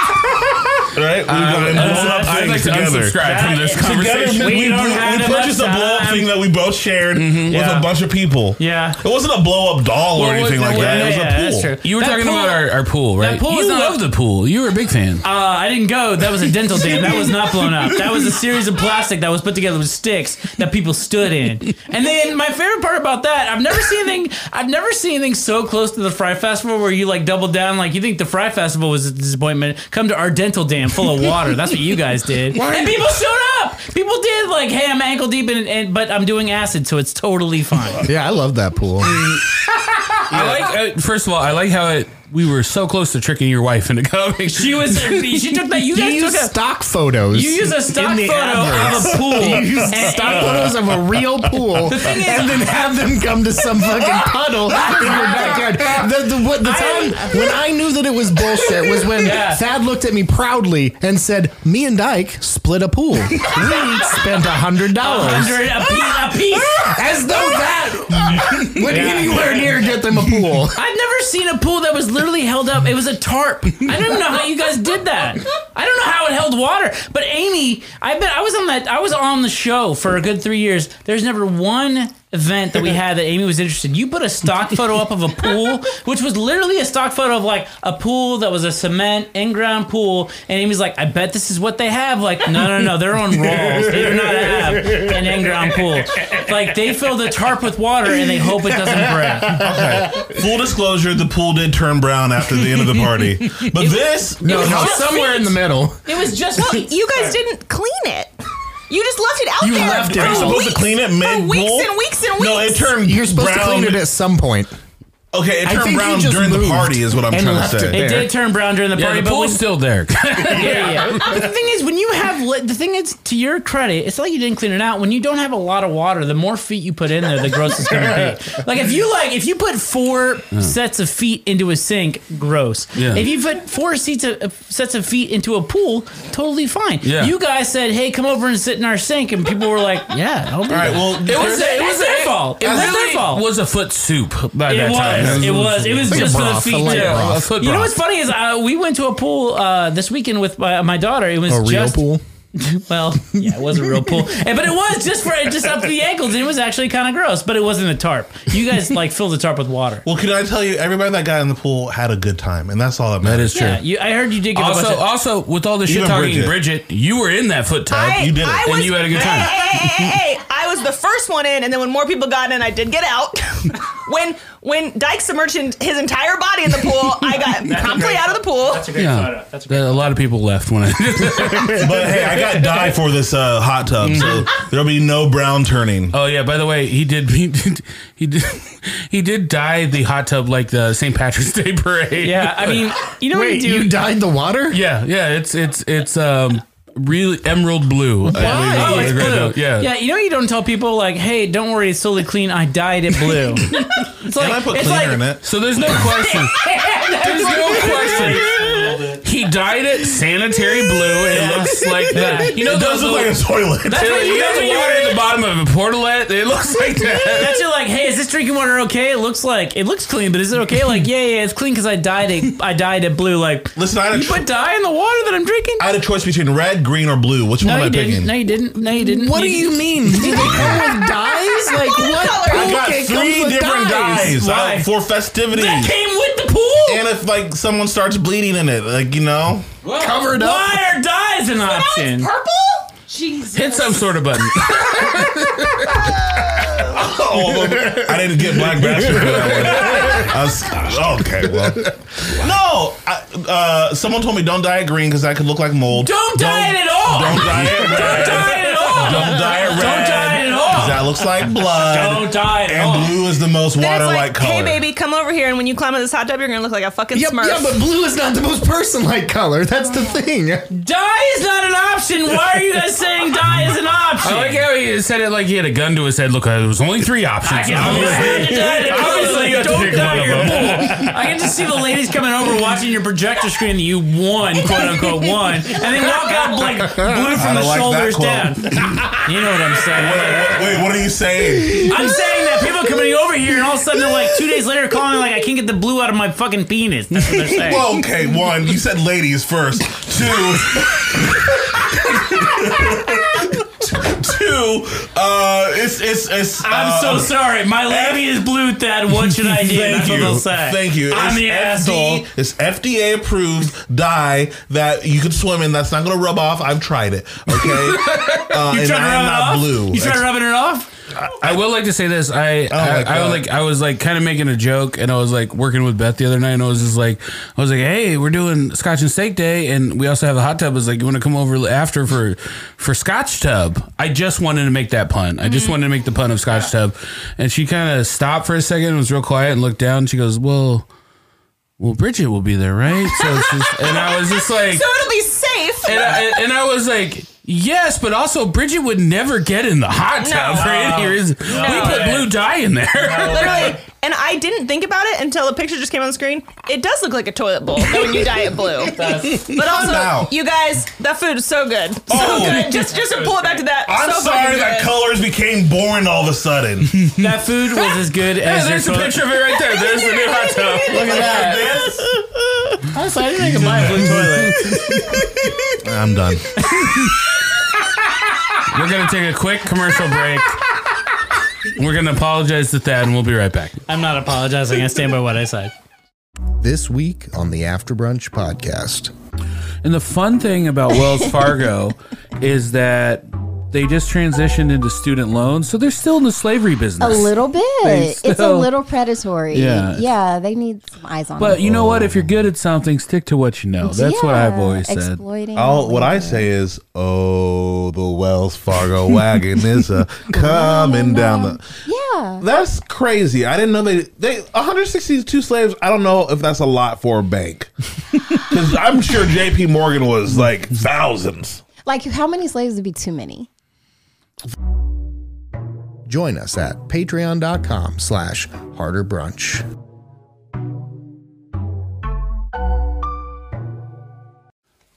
Speaker 2: Right, we've gotten
Speaker 1: Uh,
Speaker 2: blown up
Speaker 1: I'd
Speaker 2: things
Speaker 1: like to
Speaker 2: together.
Speaker 1: unsubscribe from this conversation.
Speaker 2: Together, we,
Speaker 1: We
Speaker 2: we,
Speaker 1: don't
Speaker 2: we
Speaker 1: have
Speaker 2: purchased a
Speaker 1: enough
Speaker 2: blow up
Speaker 1: time.
Speaker 2: thing that we both shared with
Speaker 1: Yeah.
Speaker 2: a bunch of people.
Speaker 6: Yeah,
Speaker 2: it wasn't a blow up doll or
Speaker 1: Well,
Speaker 2: anything
Speaker 1: what-
Speaker 2: like that. It was
Speaker 6: yeah,
Speaker 2: a
Speaker 6: that's
Speaker 2: pool.
Speaker 6: true.
Speaker 1: You were
Speaker 6: That
Speaker 1: talking
Speaker 6: pool-
Speaker 1: about our, our pool, right?
Speaker 6: pool
Speaker 1: you
Speaker 6: is not-
Speaker 1: love the pool. You were a big fan.
Speaker 6: Uh, I didn't go. That was a dental dam. That was not blown up. That was a series of plastic that was put together with sticks that people stood in. And then my favorite part about that, I've never seen anything. I've never seen anything so close to the Fry Festival where you like double down. Like you think the Fry Festival was a disappointment. Come to our dental dam full of water. That's what you guys did.
Speaker 13: Why-
Speaker 6: And people showed up. People did like, hey, I'm ankle deep in, and but I'm doing acid, so it's totally fine.
Speaker 8: yeah, I love that pool.
Speaker 1: I like. Uh, first of all, I like how it. We were so close to tricking your wife into coming.
Speaker 6: She was. She took that. You
Speaker 8: You
Speaker 6: guys
Speaker 8: use
Speaker 6: took a
Speaker 8: stock photos.
Speaker 6: You use a stock photo of a pool.
Speaker 8: You use
Speaker 6: And-
Speaker 8: stock photos of a real pool,
Speaker 6: The thing is-
Speaker 8: and then have them come to some fucking puddle in your backyard. The, the, what, the time when I knew that it was bullshit was when
Speaker 6: Yeah.
Speaker 8: Thad looked at me proudly and said, "Me and Dyke split a pool. We each spent a hundred dollars."
Speaker 6: hundred a piece. A piece.
Speaker 8: As though that would
Speaker 6: Yeah.
Speaker 8: anywhere near get them a pool.
Speaker 6: I've never seen a pool that was literally held up. It was a tarp. I don't even know how you guys did that. I don't know how it held water. But Amy, I bet I was on that. I was on the show for a good three years. There's never one event that we had that Amy was interested. You put a stock photo up of a pool, which was literally a stock photo of like a pool that was a cement in-ground pool, and Amy's like, "I bet this is what they have." Like, no, no, no, they're on rolls. They do not have an in-ground pool. Like they fill the tarp with water and they hope it doesn't break.
Speaker 2: Okay. Full disclosure: the pool did turn brown after the end of the party, but this
Speaker 8: No,
Speaker 2: no,
Speaker 8: no,
Speaker 2: no.
Speaker 8: somewhere in the middle.
Speaker 6: It was just
Speaker 7: Well, you guys didn't clean it. You just left it out
Speaker 8: You
Speaker 7: there.
Speaker 8: left it.
Speaker 7: for
Speaker 8: Are you
Speaker 2: supposed to
Speaker 7: weeks-
Speaker 2: clean it
Speaker 7: for weeks
Speaker 2: mid-bowl?
Speaker 7: and weeks and weeks.
Speaker 2: No, it turned.
Speaker 8: You're supposed to
Speaker 2: brown.
Speaker 8: clean it at some point.
Speaker 2: Okay, it
Speaker 8: I
Speaker 2: turned
Speaker 8: think you
Speaker 2: brown
Speaker 8: just
Speaker 2: during the
Speaker 8: moved
Speaker 2: party is what I'm
Speaker 8: and
Speaker 2: trying
Speaker 8: left
Speaker 2: to
Speaker 8: it
Speaker 2: say.
Speaker 8: there.
Speaker 6: It did turn brown during the
Speaker 1: yeah,
Speaker 6: party,
Speaker 1: the
Speaker 6: but
Speaker 1: pool's
Speaker 6: when-
Speaker 1: still there.
Speaker 6: yeah, yeah. But the thing is, when you have li- the thing is, to your credit, it's like you didn't clean it out. When you don't have a lot of water, the more feet you put in there, the gross it's gonna be. Like if you like, if you put four sets of feet into a sink, gross.
Speaker 1: Yeah.
Speaker 6: If you put four seats of, of sets of feet into a pool, totally fine.
Speaker 1: Yeah.
Speaker 6: You guys said, "Hey, come over and sit in our sink," and people were like, "Yeah, I'll do
Speaker 2: All right,
Speaker 6: that."
Speaker 2: well,
Speaker 1: It was.
Speaker 6: That's
Speaker 1: It was
Speaker 6: their
Speaker 1: it-
Speaker 6: fault.
Speaker 1: It
Speaker 6: It was
Speaker 1: really
Speaker 6: their fault.
Speaker 1: was a foot soup by that
Speaker 6: It
Speaker 1: time.
Speaker 6: was. It was. It was
Speaker 1: Like a
Speaker 6: just for the
Speaker 1: broth,
Speaker 6: feet.
Speaker 1: a leg
Speaker 6: too.
Speaker 1: broth. A foot
Speaker 6: You know
Speaker 1: broth.
Speaker 6: what's funny is uh, we went to a pool uh, this weekend with my, my daughter. It was
Speaker 8: A real
Speaker 6: just
Speaker 8: pool.
Speaker 6: well, yeah, it was a real pool, Eh, but it was just for just up to the ankles. and It was actually kind of gross, but it wasn't a tarp. You guys like filled the tarp with water.
Speaker 2: Well, can I tell you, everybody that got in the pool had a good time, and that's all that matters.
Speaker 1: That is
Speaker 6: Yeah, you, I heard you did get a
Speaker 1: Also, oh,
Speaker 6: bunch of.
Speaker 1: also with all the shit
Speaker 2: Even
Speaker 1: talking, Bridget. you were in that foot tub.
Speaker 7: I,
Speaker 2: You did it.
Speaker 7: I
Speaker 1: And
Speaker 7: was,
Speaker 1: you had a good time.
Speaker 7: Hey, hey, hey, hey, hey. I was the first one in, and then when more people got in, I did get out. when when Dyke submerged his entire body in the pool, I got promptly out of the pool.
Speaker 1: yeah, That's a lot of people left when I.
Speaker 2: But hey, I got die for this uh, hot tub, so
Speaker 8: Mm-hmm.
Speaker 2: there'll be no brown turning.
Speaker 1: oh yeah. By the way, he did. He did. He did. He did dye the hot tub like the St. Patrick's Day parade.
Speaker 6: Yeah, I mean, you know what
Speaker 8: Wait,
Speaker 6: you do.
Speaker 8: you dyed the water?
Speaker 1: Yeah, yeah, it's it's it's um really emerald blue. I believe is
Speaker 6: Oh,
Speaker 1: what
Speaker 6: it's
Speaker 1: the grade
Speaker 6: blue.
Speaker 1: note- Yeah.
Speaker 6: yeah. You know, you don't tell people like, "Hey, don't worry, it's solely clean. I dyed it blue." it's like it's like,
Speaker 1: So there's no question. There's no question. He dyed it sanitary blue and it looks like that. You know,
Speaker 2: It does
Speaker 1: those
Speaker 2: look like
Speaker 1: little-
Speaker 2: a toilet.
Speaker 1: That's
Speaker 6: what-
Speaker 1: you
Speaker 6: that's
Speaker 1: guys
Speaker 6: what you
Speaker 1: water
Speaker 6: were-
Speaker 1: at the bottom of a portalette. It looks like that.
Speaker 6: That's it. Like, hey, is this drinking water okay? It looks like it looks clean, but is it okay? Like, yeah, yeah, it's clean because I dyed it. I dyed it blue. Like,
Speaker 2: Listen, I had a
Speaker 6: you
Speaker 2: tr-
Speaker 6: put dye in the water that I'm drinking.
Speaker 2: I had a choice between red, green, or blue. Which
Speaker 6: no,
Speaker 2: one am
Speaker 6: you
Speaker 2: I
Speaker 6: didn't.
Speaker 2: picking?
Speaker 6: No, you didn't. No, you didn't.
Speaker 8: What do you mean? Do they come with dyes? Like what?
Speaker 2: I got
Speaker 8: pool kit comes
Speaker 2: three
Speaker 8: with
Speaker 2: different
Speaker 8: dyes?
Speaker 2: dyes
Speaker 8: Why?
Speaker 2: uh, for festivities.
Speaker 6: That came with the pool.
Speaker 2: And if like someone starts bleeding in it, like you know,
Speaker 6: covered
Speaker 2: up.
Speaker 6: Why are dyes an option?
Speaker 7: Purple? Jesus.
Speaker 1: Hit some sort of button.
Speaker 2: oh, I didn't get Black Bastard for that one. I was, oh, okay, well, no. I, uh, someone told me don't dye it green because that could look like mold.
Speaker 6: Don't dye it at all.
Speaker 2: Don't dye it red.
Speaker 6: Don't dye it at all.
Speaker 2: Don't dye it red.
Speaker 6: Don't dye it at all.
Speaker 2: 'cause that looks like blood.
Speaker 6: Don't dye it at
Speaker 2: And
Speaker 6: all.
Speaker 2: blue is the most
Speaker 7: Then it's
Speaker 2: water-like
Speaker 7: like,
Speaker 2: color.
Speaker 7: hey, baby, come over here, and when you climb in this hot tub, you're gonna look like a fucking
Speaker 8: Yeah,
Speaker 7: smurf.
Speaker 8: yeah, but blue is not the most person-like color. That's the thing.
Speaker 6: Dye is not an option. Why are you guys saying dye is an option?
Speaker 1: I like how he said it like he had a gun to his head. Look, uh, there was only three options.
Speaker 6: I can
Speaker 1: Obviously-
Speaker 6: obviously,
Speaker 1: obviously you have to
Speaker 6: don't
Speaker 1: pick
Speaker 6: dye
Speaker 1: one
Speaker 6: your
Speaker 1: of them.
Speaker 6: bowl. I can just see the ladies coming over watching your projector screen that you won, quote unquote won, and they walk out like blue
Speaker 2: I
Speaker 6: from the
Speaker 2: don't like that
Speaker 6: shoulders
Speaker 2: quote.
Speaker 6: down. You know what I'm saying?
Speaker 2: Wait, what are you saying?
Speaker 6: I'm saying that people are coming over here and all of a sudden they're like two days later calling like I can't get the blue out of my fucking penis. That's what they're saying.
Speaker 2: Well, okay, one, you said ladies first. Two, two, uh, it's it's it's. uh,
Speaker 6: I'm so sorry. My labia is blue, Thad. What should I do?
Speaker 2: Thank
Speaker 6: That's what
Speaker 2: you.
Speaker 6: they'll say.
Speaker 2: Thank you.
Speaker 6: I'm
Speaker 2: It's
Speaker 6: the
Speaker 2: FD
Speaker 6: asshole.
Speaker 2: It's FDA approved dye that you can swim in. That's not going to rub off. I've tried it. Okay. Uh,
Speaker 6: You
Speaker 2: and
Speaker 6: trying to
Speaker 2: I'm
Speaker 6: rub it
Speaker 2: not
Speaker 6: off?
Speaker 2: blue.
Speaker 6: You trying
Speaker 2: It's-
Speaker 6: to rubbing it off?
Speaker 1: I will like to say this. I I,
Speaker 2: like
Speaker 1: I was
Speaker 2: that.
Speaker 1: like I was like kind of making a joke, and I was like working with Beth the other night, and I was just like I was like, hey, we're doing Scotch and Steak Day, and we also have the hot tub. Is like, you want to come over after for for Scotch Tub? I just wanted to make that pun. I just
Speaker 6: Mm-hmm.
Speaker 1: wanted to make the pun of Scotch Tub, and she kind of stopped for a second, and was real quiet, and looked down. And she goes, well. Well, Bridget will be there, right? So, it's just, and I was just like,
Speaker 7: so it'll be safe.
Speaker 1: and
Speaker 2: uh,
Speaker 1: I, and I was like, yes, but also Bridget would never get in the hot
Speaker 7: No.
Speaker 1: tub for any reason. we put blue dye in there.
Speaker 2: oh.
Speaker 7: Literally, and I didn't think about it until the picture just came on the screen. It does look like a toilet bowl when you dye it blue. But also,
Speaker 2: out.
Speaker 7: you guys, that food is so good, so
Speaker 2: Oh.
Speaker 7: good. Just, just to pull it back to that.
Speaker 2: I'm
Speaker 7: so
Speaker 2: sorry
Speaker 7: fucking
Speaker 2: that
Speaker 7: good.
Speaker 2: colors became boring all of a sudden.
Speaker 6: That food was as good
Speaker 1: Yeah,
Speaker 6: as
Speaker 1: there's a
Speaker 6: your
Speaker 1: picture of it right there. There's the new hot tub.
Speaker 6: Look at that. Honestly, I didn't think of my blue toilet.
Speaker 2: I'm done.
Speaker 1: We're gonna take a quick commercial break. We're gonna apologize to Thad, and we'll be right back.
Speaker 6: I'm not apologizing. I stand by what I said.
Speaker 14: This week on the After Brunch podcast.
Speaker 1: And the fun thing about Wells Fargo is that they just transitioned into student loans, so they're still in the slavery
Speaker 15: A
Speaker 1: business.
Speaker 15: little
Speaker 1: They
Speaker 15: bit. it's a
Speaker 1: still-
Speaker 15: little predatory.
Speaker 1: Yeah.
Speaker 15: Yeah. they need some eyes on it.
Speaker 1: But you know what? If you're good at something, stick to what you know. Oh, That's what I've always said.
Speaker 15: Exploiting.
Speaker 2: All what I say is, oh, the Wells Fargo wagon is a coming down the.
Speaker 15: Yeah.
Speaker 2: That's crazy. I didn't know they they 162 slaves. I don't know if that's a lot for a bank, because I'm sure J.P. Morgan was like thousands.
Speaker 15: Like, how many slaves would be too many?
Speaker 14: Join us at patreon.com slash harder brunch.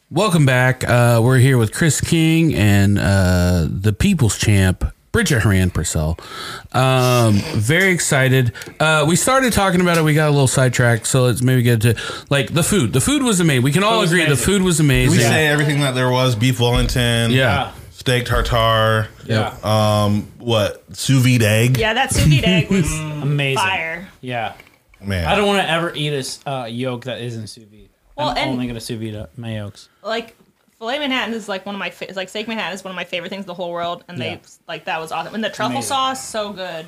Speaker 1: Welcome back. Uh, we're here with Chris King and uh, the People's Champ, Bridget Haran Purcell. Um, very excited. Uh, we started talking about it. We got a little sidetracked, so let's maybe get to like the food. The food was amazing. We can all
Speaker 2: was
Speaker 1: agree the
Speaker 2: amazing.
Speaker 1: food was
Speaker 2: We
Speaker 1: amazing.
Speaker 2: say everything that there was: beef Wellington,
Speaker 1: Yeah.
Speaker 2: steak tartare,
Speaker 1: Yeah.
Speaker 2: um, what sous vide egg,
Speaker 7: Yeah, that sous vide egg was
Speaker 1: Um,
Speaker 6: Amazing.
Speaker 7: fire.
Speaker 6: Yeah.
Speaker 2: man.
Speaker 6: I don't want to ever eat a s- uh, yolk that isn't sous vide.
Speaker 7: Well,
Speaker 6: I'm
Speaker 7: and-
Speaker 6: only going to sous vide up my yolks.
Speaker 7: Like filet Manhattan is like one of my fa- like steak Manhattan is one of my favorite things in the whole world, and they
Speaker 2: Yeah.
Speaker 7: like that was awesome. And the truffle
Speaker 2: Amazing.
Speaker 7: sauce, so good.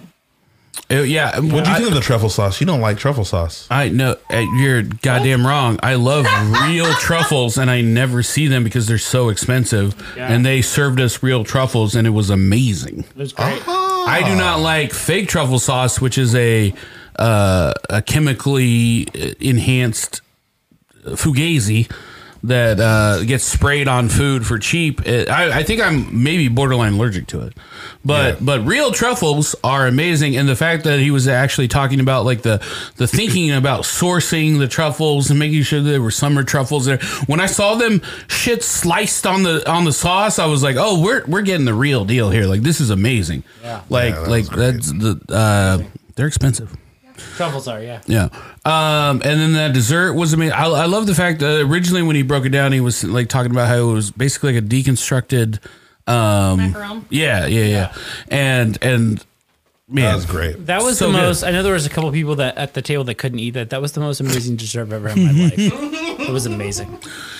Speaker 1: Uh, yeah.
Speaker 2: What do you think of the truffle sauce? You don't like truffle sauce.
Speaker 1: I know uh, you're goddamn wrong. I love real truffles, and I never see them because they're so expensive.
Speaker 6: Yeah.
Speaker 1: And they served us real truffles, and it was amazing.
Speaker 6: It was great.
Speaker 1: I do not like fake truffle sauce, which is a uh, a chemically enhanced fugazi that uh, gets sprayed on food for cheap. It, I, I think I'm maybe borderline allergic to it, but but real truffles are amazing. And the fact that he was actually talking about like the the thinking about sourcing the truffles and making sure there were summer truffles there. When I saw them shit sliced on the on the sauce, I was like, oh, we're we're getting the real deal here. Like this is amazing.
Speaker 6: Yeah.
Speaker 1: Like
Speaker 6: Yeah, that
Speaker 1: like that's the uh, they're expensive.
Speaker 6: Truffles are, yeah.
Speaker 1: Yeah. Um, and then that dessert was amazing. I, I love the fact that originally when he broke it down, he was like talking about how it was basically like a deconstructed. Um, yeah, yeah, yeah, And, and, man. That was great.
Speaker 6: That was the most. I know there was a couple people that at the table that couldn't eat that. That was the most amazing dessert I've ever had in my life. It was amazing.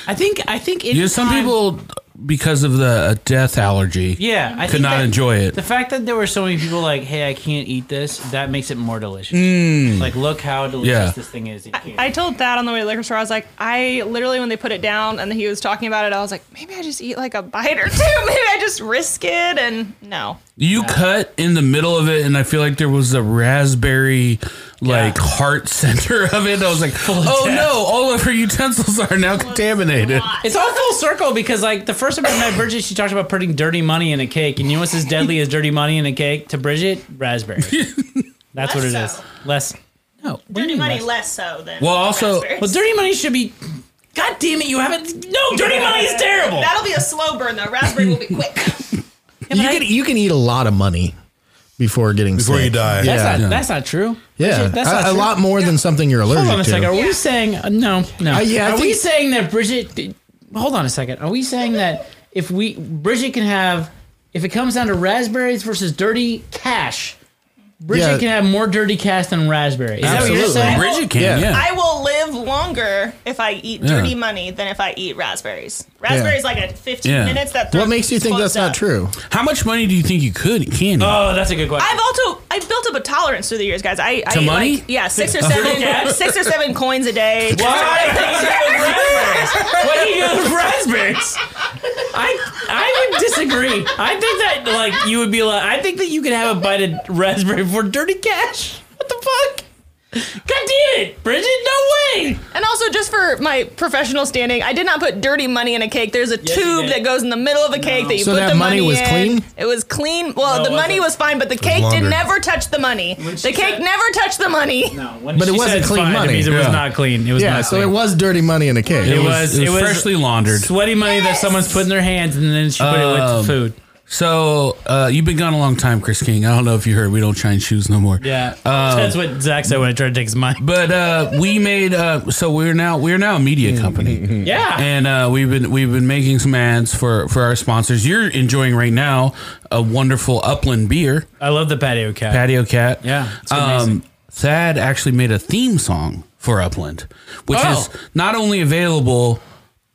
Speaker 6: I think. I think.
Speaker 1: Yeah, some
Speaker 6: anytime-
Speaker 1: people, because of the uh, death allergy,
Speaker 6: Yeah, I
Speaker 1: could
Speaker 6: think
Speaker 1: not
Speaker 6: that-
Speaker 1: enjoy it.
Speaker 6: The fact that there were so many people like, "Hey, I can't eat this," that makes it more delicious.
Speaker 1: Mm.
Speaker 6: Like, look how delicious
Speaker 1: Yeah.
Speaker 6: this thing is.
Speaker 7: I told Thad on the way to the liquor store, I was like, I literally, when they put it down and he was talking about it, I was like, maybe I just eat like a bite or two. Maybe I just risk it. And no.
Speaker 1: You cut in the middle of it, and I feel like there was a raspberry, like heart center of it. I was like, oh
Speaker 6: death.
Speaker 1: no, all of her utensils are now contaminated.
Speaker 6: It's all full circle because like the first time I met Bridget, she talked about putting dirty money in a cake, and you know what's as deadly as dirty money in a cake to Bridget? Raspberry. That's what it is. Less. No.
Speaker 7: Dirty money less so than.
Speaker 6: Well,
Speaker 1: uh,
Speaker 6: also,
Speaker 7: raspberries.
Speaker 6: well, dirty money should be. God damn it! You haven't. No, dirty money is terrible.
Speaker 7: That'll be a slow burn though. Raspberry will be quick.
Speaker 8: you can you can eat a lot of money before getting
Speaker 12: Before
Speaker 8: sick.
Speaker 12: you die.
Speaker 6: That's not- that's not true.
Speaker 8: Yeah,
Speaker 6: That's not
Speaker 8: a, a
Speaker 6: true.
Speaker 8: lot more than something you're allergic
Speaker 6: Hold on a
Speaker 8: to.
Speaker 6: second. Are we saying uh, no? No.
Speaker 8: Uh, yeah, I
Speaker 6: Are we
Speaker 8: think-
Speaker 6: saying that Bridget? Hold on a second. Are we saying that if we Bridget can have if it comes down to raspberries versus dirty cash, Bridget
Speaker 8: Yeah.
Speaker 6: can have more dirty cash than raspberry. Is that what you're saying?
Speaker 7: I will live longer if I eat
Speaker 6: Yeah.
Speaker 7: dirty money than if I eat raspberries. Raspberries like at 15
Speaker 1: Yeah.
Speaker 7: minutes. That throat closes up.
Speaker 8: true?
Speaker 1: How much money do you think you could can?
Speaker 6: Oh, that's a good question.
Speaker 7: I've also I've built up a tolerance through the years, guys. I, I
Speaker 1: To
Speaker 7: eat,
Speaker 1: money?
Speaker 7: like, yeah, six or
Speaker 1: Oh.
Speaker 7: seven, six or seven coins a day.
Speaker 6: Why? What do you do with raspberries? I I would disagree. I think that like you would be like I think that you could have a bite of raspberry for dirty cash. What the fuck? God damn it, Bridget! No way.
Speaker 7: And also, just for my professional standing, I did not put dirty money in a cake. There's a
Speaker 6: you
Speaker 7: tube
Speaker 6: did.
Speaker 7: that goes in the middle of a cake that you
Speaker 8: So
Speaker 7: put
Speaker 8: that
Speaker 7: the
Speaker 8: money
Speaker 7: money,
Speaker 8: was
Speaker 7: in.
Speaker 8: clean?
Speaker 7: It was clean. Well,
Speaker 8: No, it
Speaker 7: the money
Speaker 8: wasn't.
Speaker 7: was fine, but the cake did
Speaker 8: laundered.
Speaker 7: never touch the money. The cake never touched the money. No,
Speaker 6: when she said it's fine, it means it was not clean. It was
Speaker 8: yeah,
Speaker 6: not
Speaker 8: so
Speaker 6: clean.
Speaker 8: it was dirty money in a cake.
Speaker 6: It was- it was freshly
Speaker 1: laundered.
Speaker 6: Sweaty money that someone's put in their hands and then she put it
Speaker 1: Um,
Speaker 6: with food.
Speaker 1: So uh, you've been gone a long time, Chris King. I don't know if you heard. We don't shine shoes no more.
Speaker 6: Yeah,
Speaker 1: Um,
Speaker 6: that's what Zach said when I tried to take his money.
Speaker 1: But uh, we made uh, so we're now we're now a media company.
Speaker 6: Yeah.
Speaker 1: and uh, we've been we've been making some ads for for our sponsors. You're enjoying right now a wonderful Upland beer,
Speaker 6: I love the patio cat.
Speaker 1: Patio Cat.
Speaker 6: Yeah, it's amazing.
Speaker 1: Um, Thad actually made a theme song for Upland, which
Speaker 6: Oh.
Speaker 1: is not only available.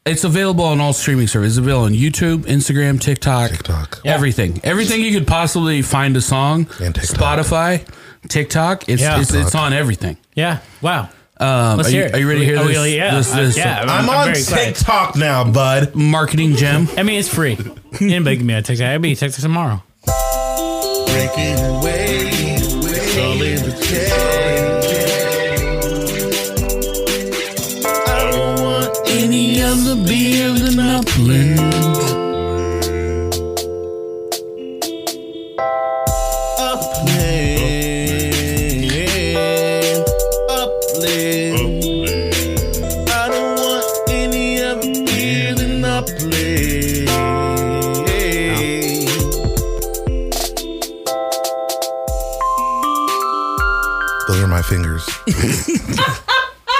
Speaker 1: It's available on all streaming services. It's available on YouTube, Instagram, TikTok, TikTok, everything, everything you could possibly find a song, and Spotify, TikTok. It's
Speaker 6: Yeah.
Speaker 1: it's, it's on everything.
Speaker 6: Yeah. Wow.
Speaker 1: Um,
Speaker 6: Let's
Speaker 1: are,
Speaker 6: hear
Speaker 1: you,
Speaker 6: it.
Speaker 1: are you ready to hear
Speaker 6: Are we-
Speaker 1: this?
Speaker 6: yeah,
Speaker 1: this,
Speaker 6: uh,
Speaker 1: this-
Speaker 6: yeah, I'm- I'm I'm on very excited.
Speaker 1: now, bud. Marketing gem.
Speaker 6: I mean, it's free. Anybody give me a text. I'll be texting tomorrow.
Speaker 3: Breaking away, it's all in the cake. I don't want
Speaker 1: Any other beer than Upland.
Speaker 3: Upland. Upland. I don't want any other beer than Upland.
Speaker 12: Those are my fingers.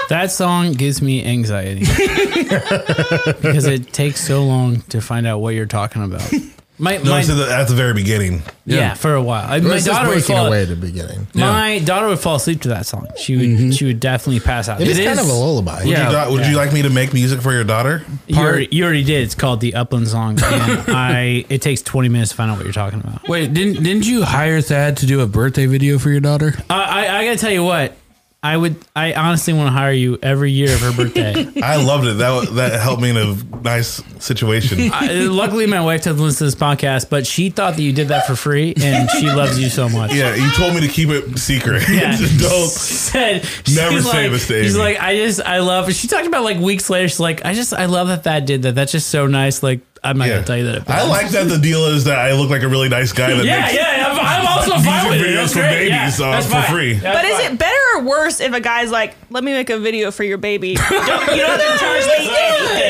Speaker 6: That song gives me anxiety because it takes so long to find out what you're talking about. My,
Speaker 12: No,
Speaker 6: my
Speaker 12: it's at the, at the very beginning.
Speaker 6: yeah. for a while. I-
Speaker 8: It
Speaker 6: my
Speaker 8: was just
Speaker 6: daughter would
Speaker 8: breaking
Speaker 6: fall.
Speaker 8: away at the beginning.
Speaker 6: My daughter would fall asleep to that song. She would.
Speaker 1: Mm-hmm.
Speaker 6: She would definitely pass out.
Speaker 8: It is kind of a lullaby.
Speaker 12: Would,
Speaker 6: Oh,
Speaker 12: you, do- would you like me to make music for your daughter?
Speaker 6: You already, you already did. It's called the Upland Song. And I. It takes 20 minutes to find out what you're talking about.
Speaker 1: Wait, didn't didn't you hire Thad to do a birthday video for your daughter?
Speaker 6: I, I, I gotta tell you what. I would. I honestly want to hire you every year of her birthday.
Speaker 2: I loved it. That that helped me in a nice situation.
Speaker 6: I, luckily, my wife doesn't listen to this podcast, but she thought that you did that for free, and she loves you so much.
Speaker 2: yeah, you told me to keep it secret.
Speaker 6: Yeah.
Speaker 2: Just don't.
Speaker 6: She said,
Speaker 2: Never
Speaker 6: she's
Speaker 2: say
Speaker 6: like,
Speaker 2: this to
Speaker 6: She's
Speaker 2: Amy.
Speaker 6: like, I just, I love. She talked about like weeks later. She's like, I just, I love that that did that. That's just so nice. Like, I'm not gonna tell you that.
Speaker 2: I like that the deal is that I look like a really nice guy that
Speaker 6: Yeah,
Speaker 2: makes
Speaker 6: yeah, I'm- I'm also
Speaker 2: music
Speaker 6: fine with it.
Speaker 2: videos
Speaker 6: That's
Speaker 2: for
Speaker 6: great.
Speaker 2: babies
Speaker 6: Yeah,
Speaker 2: uh,
Speaker 6: that's
Speaker 2: for
Speaker 6: fine.
Speaker 2: free.
Speaker 7: but is it better or worse if a guy's like, "Let me make a video for your baby"? Don't, you don't have to charge me anything. you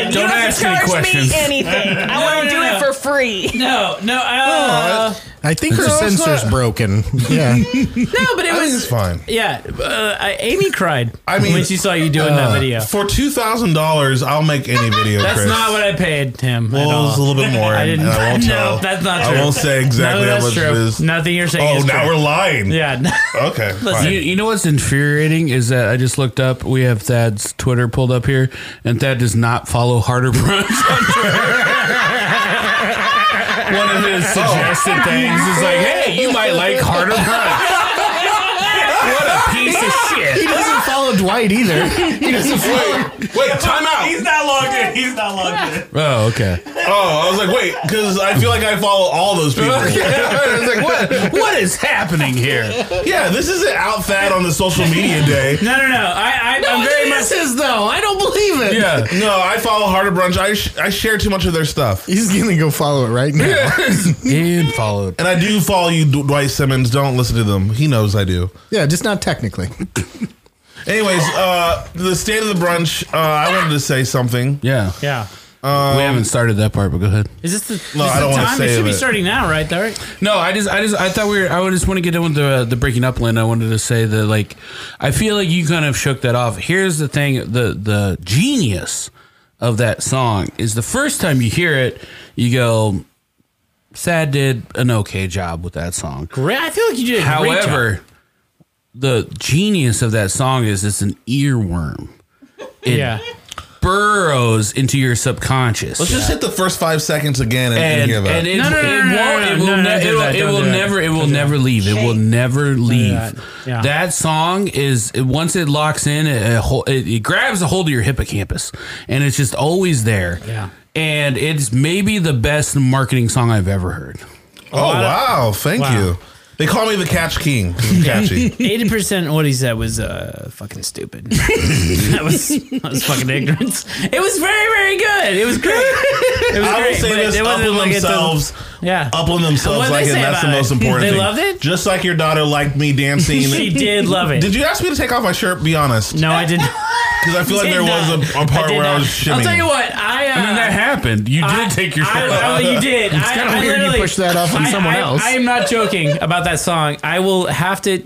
Speaker 6: Don't
Speaker 7: don't have
Speaker 6: ask
Speaker 7: to
Speaker 6: me
Speaker 7: charge
Speaker 6: questions.
Speaker 7: me anything. I want
Speaker 6: No,
Speaker 7: to do
Speaker 6: no,
Speaker 7: it
Speaker 6: no.
Speaker 7: for free.
Speaker 6: No, no.
Speaker 2: Oh,
Speaker 6: Uh,
Speaker 8: I think her
Speaker 6: No, it's
Speaker 8: sensor's
Speaker 6: not.
Speaker 8: broken. Yeah.
Speaker 6: no, but it was
Speaker 2: fine.
Speaker 6: Yeah, uh, I- Amy cried.
Speaker 2: I mean,
Speaker 6: when she saw you doing
Speaker 2: Uh,
Speaker 6: that video.
Speaker 2: for two thousand dollars, I'll make any video.
Speaker 6: That's
Speaker 2: Chris.
Speaker 6: not what I paid him.
Speaker 2: Well,
Speaker 6: at
Speaker 2: it
Speaker 6: all.
Speaker 2: was a little bit more,
Speaker 6: I didn't.
Speaker 2: and I won't
Speaker 6: no,
Speaker 2: tell.
Speaker 6: that's not
Speaker 2: I
Speaker 6: true.
Speaker 2: won't say exactly
Speaker 6: None of
Speaker 2: how
Speaker 6: that's
Speaker 2: much it
Speaker 6: true.
Speaker 2: is.
Speaker 6: Nothing you're saying.
Speaker 2: Oh,
Speaker 6: is
Speaker 2: now
Speaker 6: true.
Speaker 2: we're lying.
Speaker 6: Yeah.
Speaker 2: Okay.
Speaker 1: You,
Speaker 2: fine.
Speaker 1: you know what's infuriating is that I just looked up. We have Thad's Twitter pulled up here, and Thad does not follow Harder Brunch. One of
Speaker 2: Oh.
Speaker 1: his
Speaker 8: Oh.
Speaker 1: suggested things is like, "Hey, you might like Harder Brunch." What a piece of
Speaker 8: He
Speaker 1: shit!
Speaker 8: doesn't follow Dwight either. He doesn't follow.
Speaker 2: Wait, time out.
Speaker 13: He's not logged in. He's not logged in.
Speaker 1: Oh, okay.
Speaker 2: Oh, I was like, wait, because I feel like I follow all those people.
Speaker 1: I was like, "What? What is happening here?"
Speaker 2: Yeah, this isn't out fad on the social media day.
Speaker 6: No, no, no. I, I, I'm very much.
Speaker 8: This is though. I don't believe it.
Speaker 2: Yeah, no, I follow Harder Brunch. I, sh- I share too much of their stuff.
Speaker 8: He's gonna go follow it right now.
Speaker 1: and followed.
Speaker 2: And I do follow you, D- Dwight Simmons. Don't listen to them. He knows I do.
Speaker 8: Yeah, just not technically.
Speaker 2: Anyways, uh, the state of the brunch, uh, I wanted to say something.
Speaker 1: Yeah,
Speaker 6: Yeah.
Speaker 8: Um,
Speaker 1: we haven't started that part, but go ahead.
Speaker 6: Is this the,
Speaker 2: No,
Speaker 6: this
Speaker 2: I don't
Speaker 6: the
Speaker 2: wanna
Speaker 6: time? It
Speaker 2: save
Speaker 6: should be
Speaker 2: it.
Speaker 6: starting now, right? There.
Speaker 1: No, I just, I just, I thought we were. I would just want to get in with the the breaking up, Lynn. I wanted to say that, like, I feel like you kind of shook that off. Here's the thing: the the genius of that song is the first time you hear it, you go, "Sad did an okay job with that song."
Speaker 6: Great. I feel like you did. A great job.
Speaker 1: However, the genius of that song is it's an earworm. It
Speaker 6: yeah.
Speaker 1: burrows into your subconscious.
Speaker 2: Let's just hit the first five seconds again and, and
Speaker 1: and,
Speaker 2: hear that.
Speaker 1: and it,
Speaker 6: No, no, no,
Speaker 1: it
Speaker 6: no, no,
Speaker 1: won't-
Speaker 6: no,
Speaker 1: it
Speaker 6: no,
Speaker 1: will ne-
Speaker 6: no, don't do
Speaker 1: it will-
Speaker 6: that,
Speaker 1: it
Speaker 6: don't
Speaker 1: will
Speaker 6: do that.
Speaker 1: never it will
Speaker 6: Don't do
Speaker 1: never
Speaker 6: that.
Speaker 1: leave it will never leave
Speaker 6: that, yeah.
Speaker 1: that song is it, once it locks in it, it, hol- it, it grabs a hold of your hippocampus and it's just always there
Speaker 6: Yeah.
Speaker 1: and it's maybe the best marketing song I've ever heard
Speaker 2: oh, wow. Thank
Speaker 6: Wow.
Speaker 2: you. They call me the Catch King 'cause I'm catchy.
Speaker 6: Eighty percent of what he said was uh, fucking stupid. that was that was fucking ignorance. It was very very good. It was great. It was
Speaker 2: I will
Speaker 6: great,
Speaker 2: say
Speaker 6: but
Speaker 2: this
Speaker 6: it
Speaker 2: up
Speaker 6: wasn't
Speaker 2: on
Speaker 6: like it's a-
Speaker 2: themselves.
Speaker 6: Yeah.
Speaker 2: Up on
Speaker 6: What
Speaker 2: themselves
Speaker 6: did
Speaker 2: like
Speaker 6: they
Speaker 2: it.
Speaker 6: say
Speaker 2: That's the
Speaker 6: about
Speaker 2: most
Speaker 6: it?
Speaker 2: important
Speaker 6: They
Speaker 2: thing.
Speaker 6: loved it?
Speaker 2: Just like your daughter liked me dancing.
Speaker 6: She did love it.
Speaker 2: Did you ask me to take off my shirt? Be honest.
Speaker 6: No, I didn't.
Speaker 2: Because I feel like
Speaker 6: Did
Speaker 2: there
Speaker 6: not.
Speaker 2: was a, a part
Speaker 6: did
Speaker 2: where I
Speaker 6: not.
Speaker 2: was shimmying.
Speaker 6: I'll tell you what. I. Uh,
Speaker 1: I mean that happened you did
Speaker 6: I-
Speaker 1: take your
Speaker 6: I,
Speaker 1: shirt
Speaker 6: I,
Speaker 1: off.
Speaker 6: you did. It's
Speaker 8: kinda weird you pushed that off on someone else.
Speaker 6: I am not joking about that song. I will have to.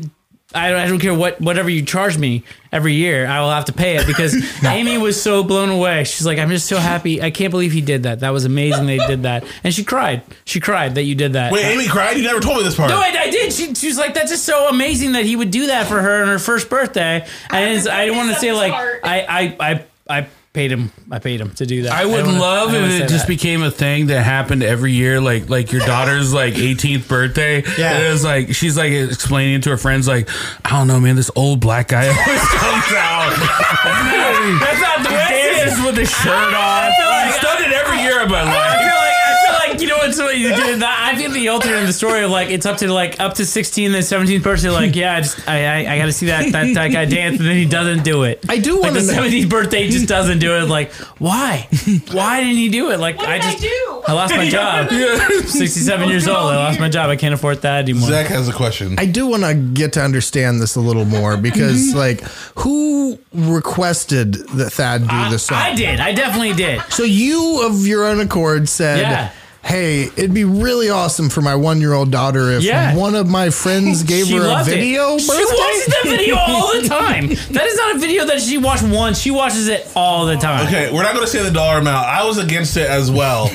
Speaker 6: I don't, I don't care what whatever you charge me every year. I will have to pay it because Amy was so blown away. She's like, "I'm just so happy. I can't believe he did that. That was amazing. They did that." And she cried. She cried that you did that.
Speaker 2: Wait, Amy cried? You never told me this part.
Speaker 6: No, Oh, I, I did. She, she was like, "That's just so amazing that he would do that for her on her first birthday." And it's, I don't want to say like I, I I I paid him. I paid him to do that.
Speaker 1: I would
Speaker 6: don't wanna-
Speaker 1: love
Speaker 6: I don't wanna
Speaker 1: if
Speaker 6: say
Speaker 1: it just
Speaker 6: that.
Speaker 1: became a thing that happened every year, like like your daughter's like 18th birthday.
Speaker 6: Yeah.
Speaker 1: and it was like she's like explaining to her friends, like, I don't know, man, this old black guy always comes out.
Speaker 6: That's not the
Speaker 1: dances with his shirt off.
Speaker 6: feel like-
Speaker 1: He's done it every year of my
Speaker 6: I feel
Speaker 1: life.
Speaker 6: like I feel like you know when somebody you do that. I feel the alternate in the story of like it's up to like up to sixteen, then seventeen person. Like yeah, I just I I, I got to see that, that that guy dance, and then he doesn't do it.
Speaker 8: I do
Speaker 6: like
Speaker 8: want
Speaker 6: the
Speaker 8: to know.
Speaker 6: seventeenth birthday he just doesn't do it. Like why? Why didn't he do it? Like
Speaker 7: What
Speaker 6: I
Speaker 7: did I
Speaker 6: just
Speaker 7: do?
Speaker 6: I lost my job. Sixty-seven years old. I lost my job. I can't afford that anymore.
Speaker 2: Zach has a question.
Speaker 8: I do want to get to understand this a little more because,
Speaker 6: Mm-hmm.
Speaker 8: like, who requested that Thad do the song?
Speaker 6: I did. I definitely did.
Speaker 8: So you, of your own accord, said,
Speaker 6: Yeah.
Speaker 8: "Hey, it'd be really awesome for my one-year-old daughter if
Speaker 6: Yeah.
Speaker 8: one of my friends gave her a
Speaker 6: loved it.
Speaker 8: video
Speaker 6: She
Speaker 8: birthday."
Speaker 6: watches that video all the time. That is not a video that she watched once. She watches it all the time.
Speaker 2: Okay, we're not going to say the dollar amount. I was against it as well.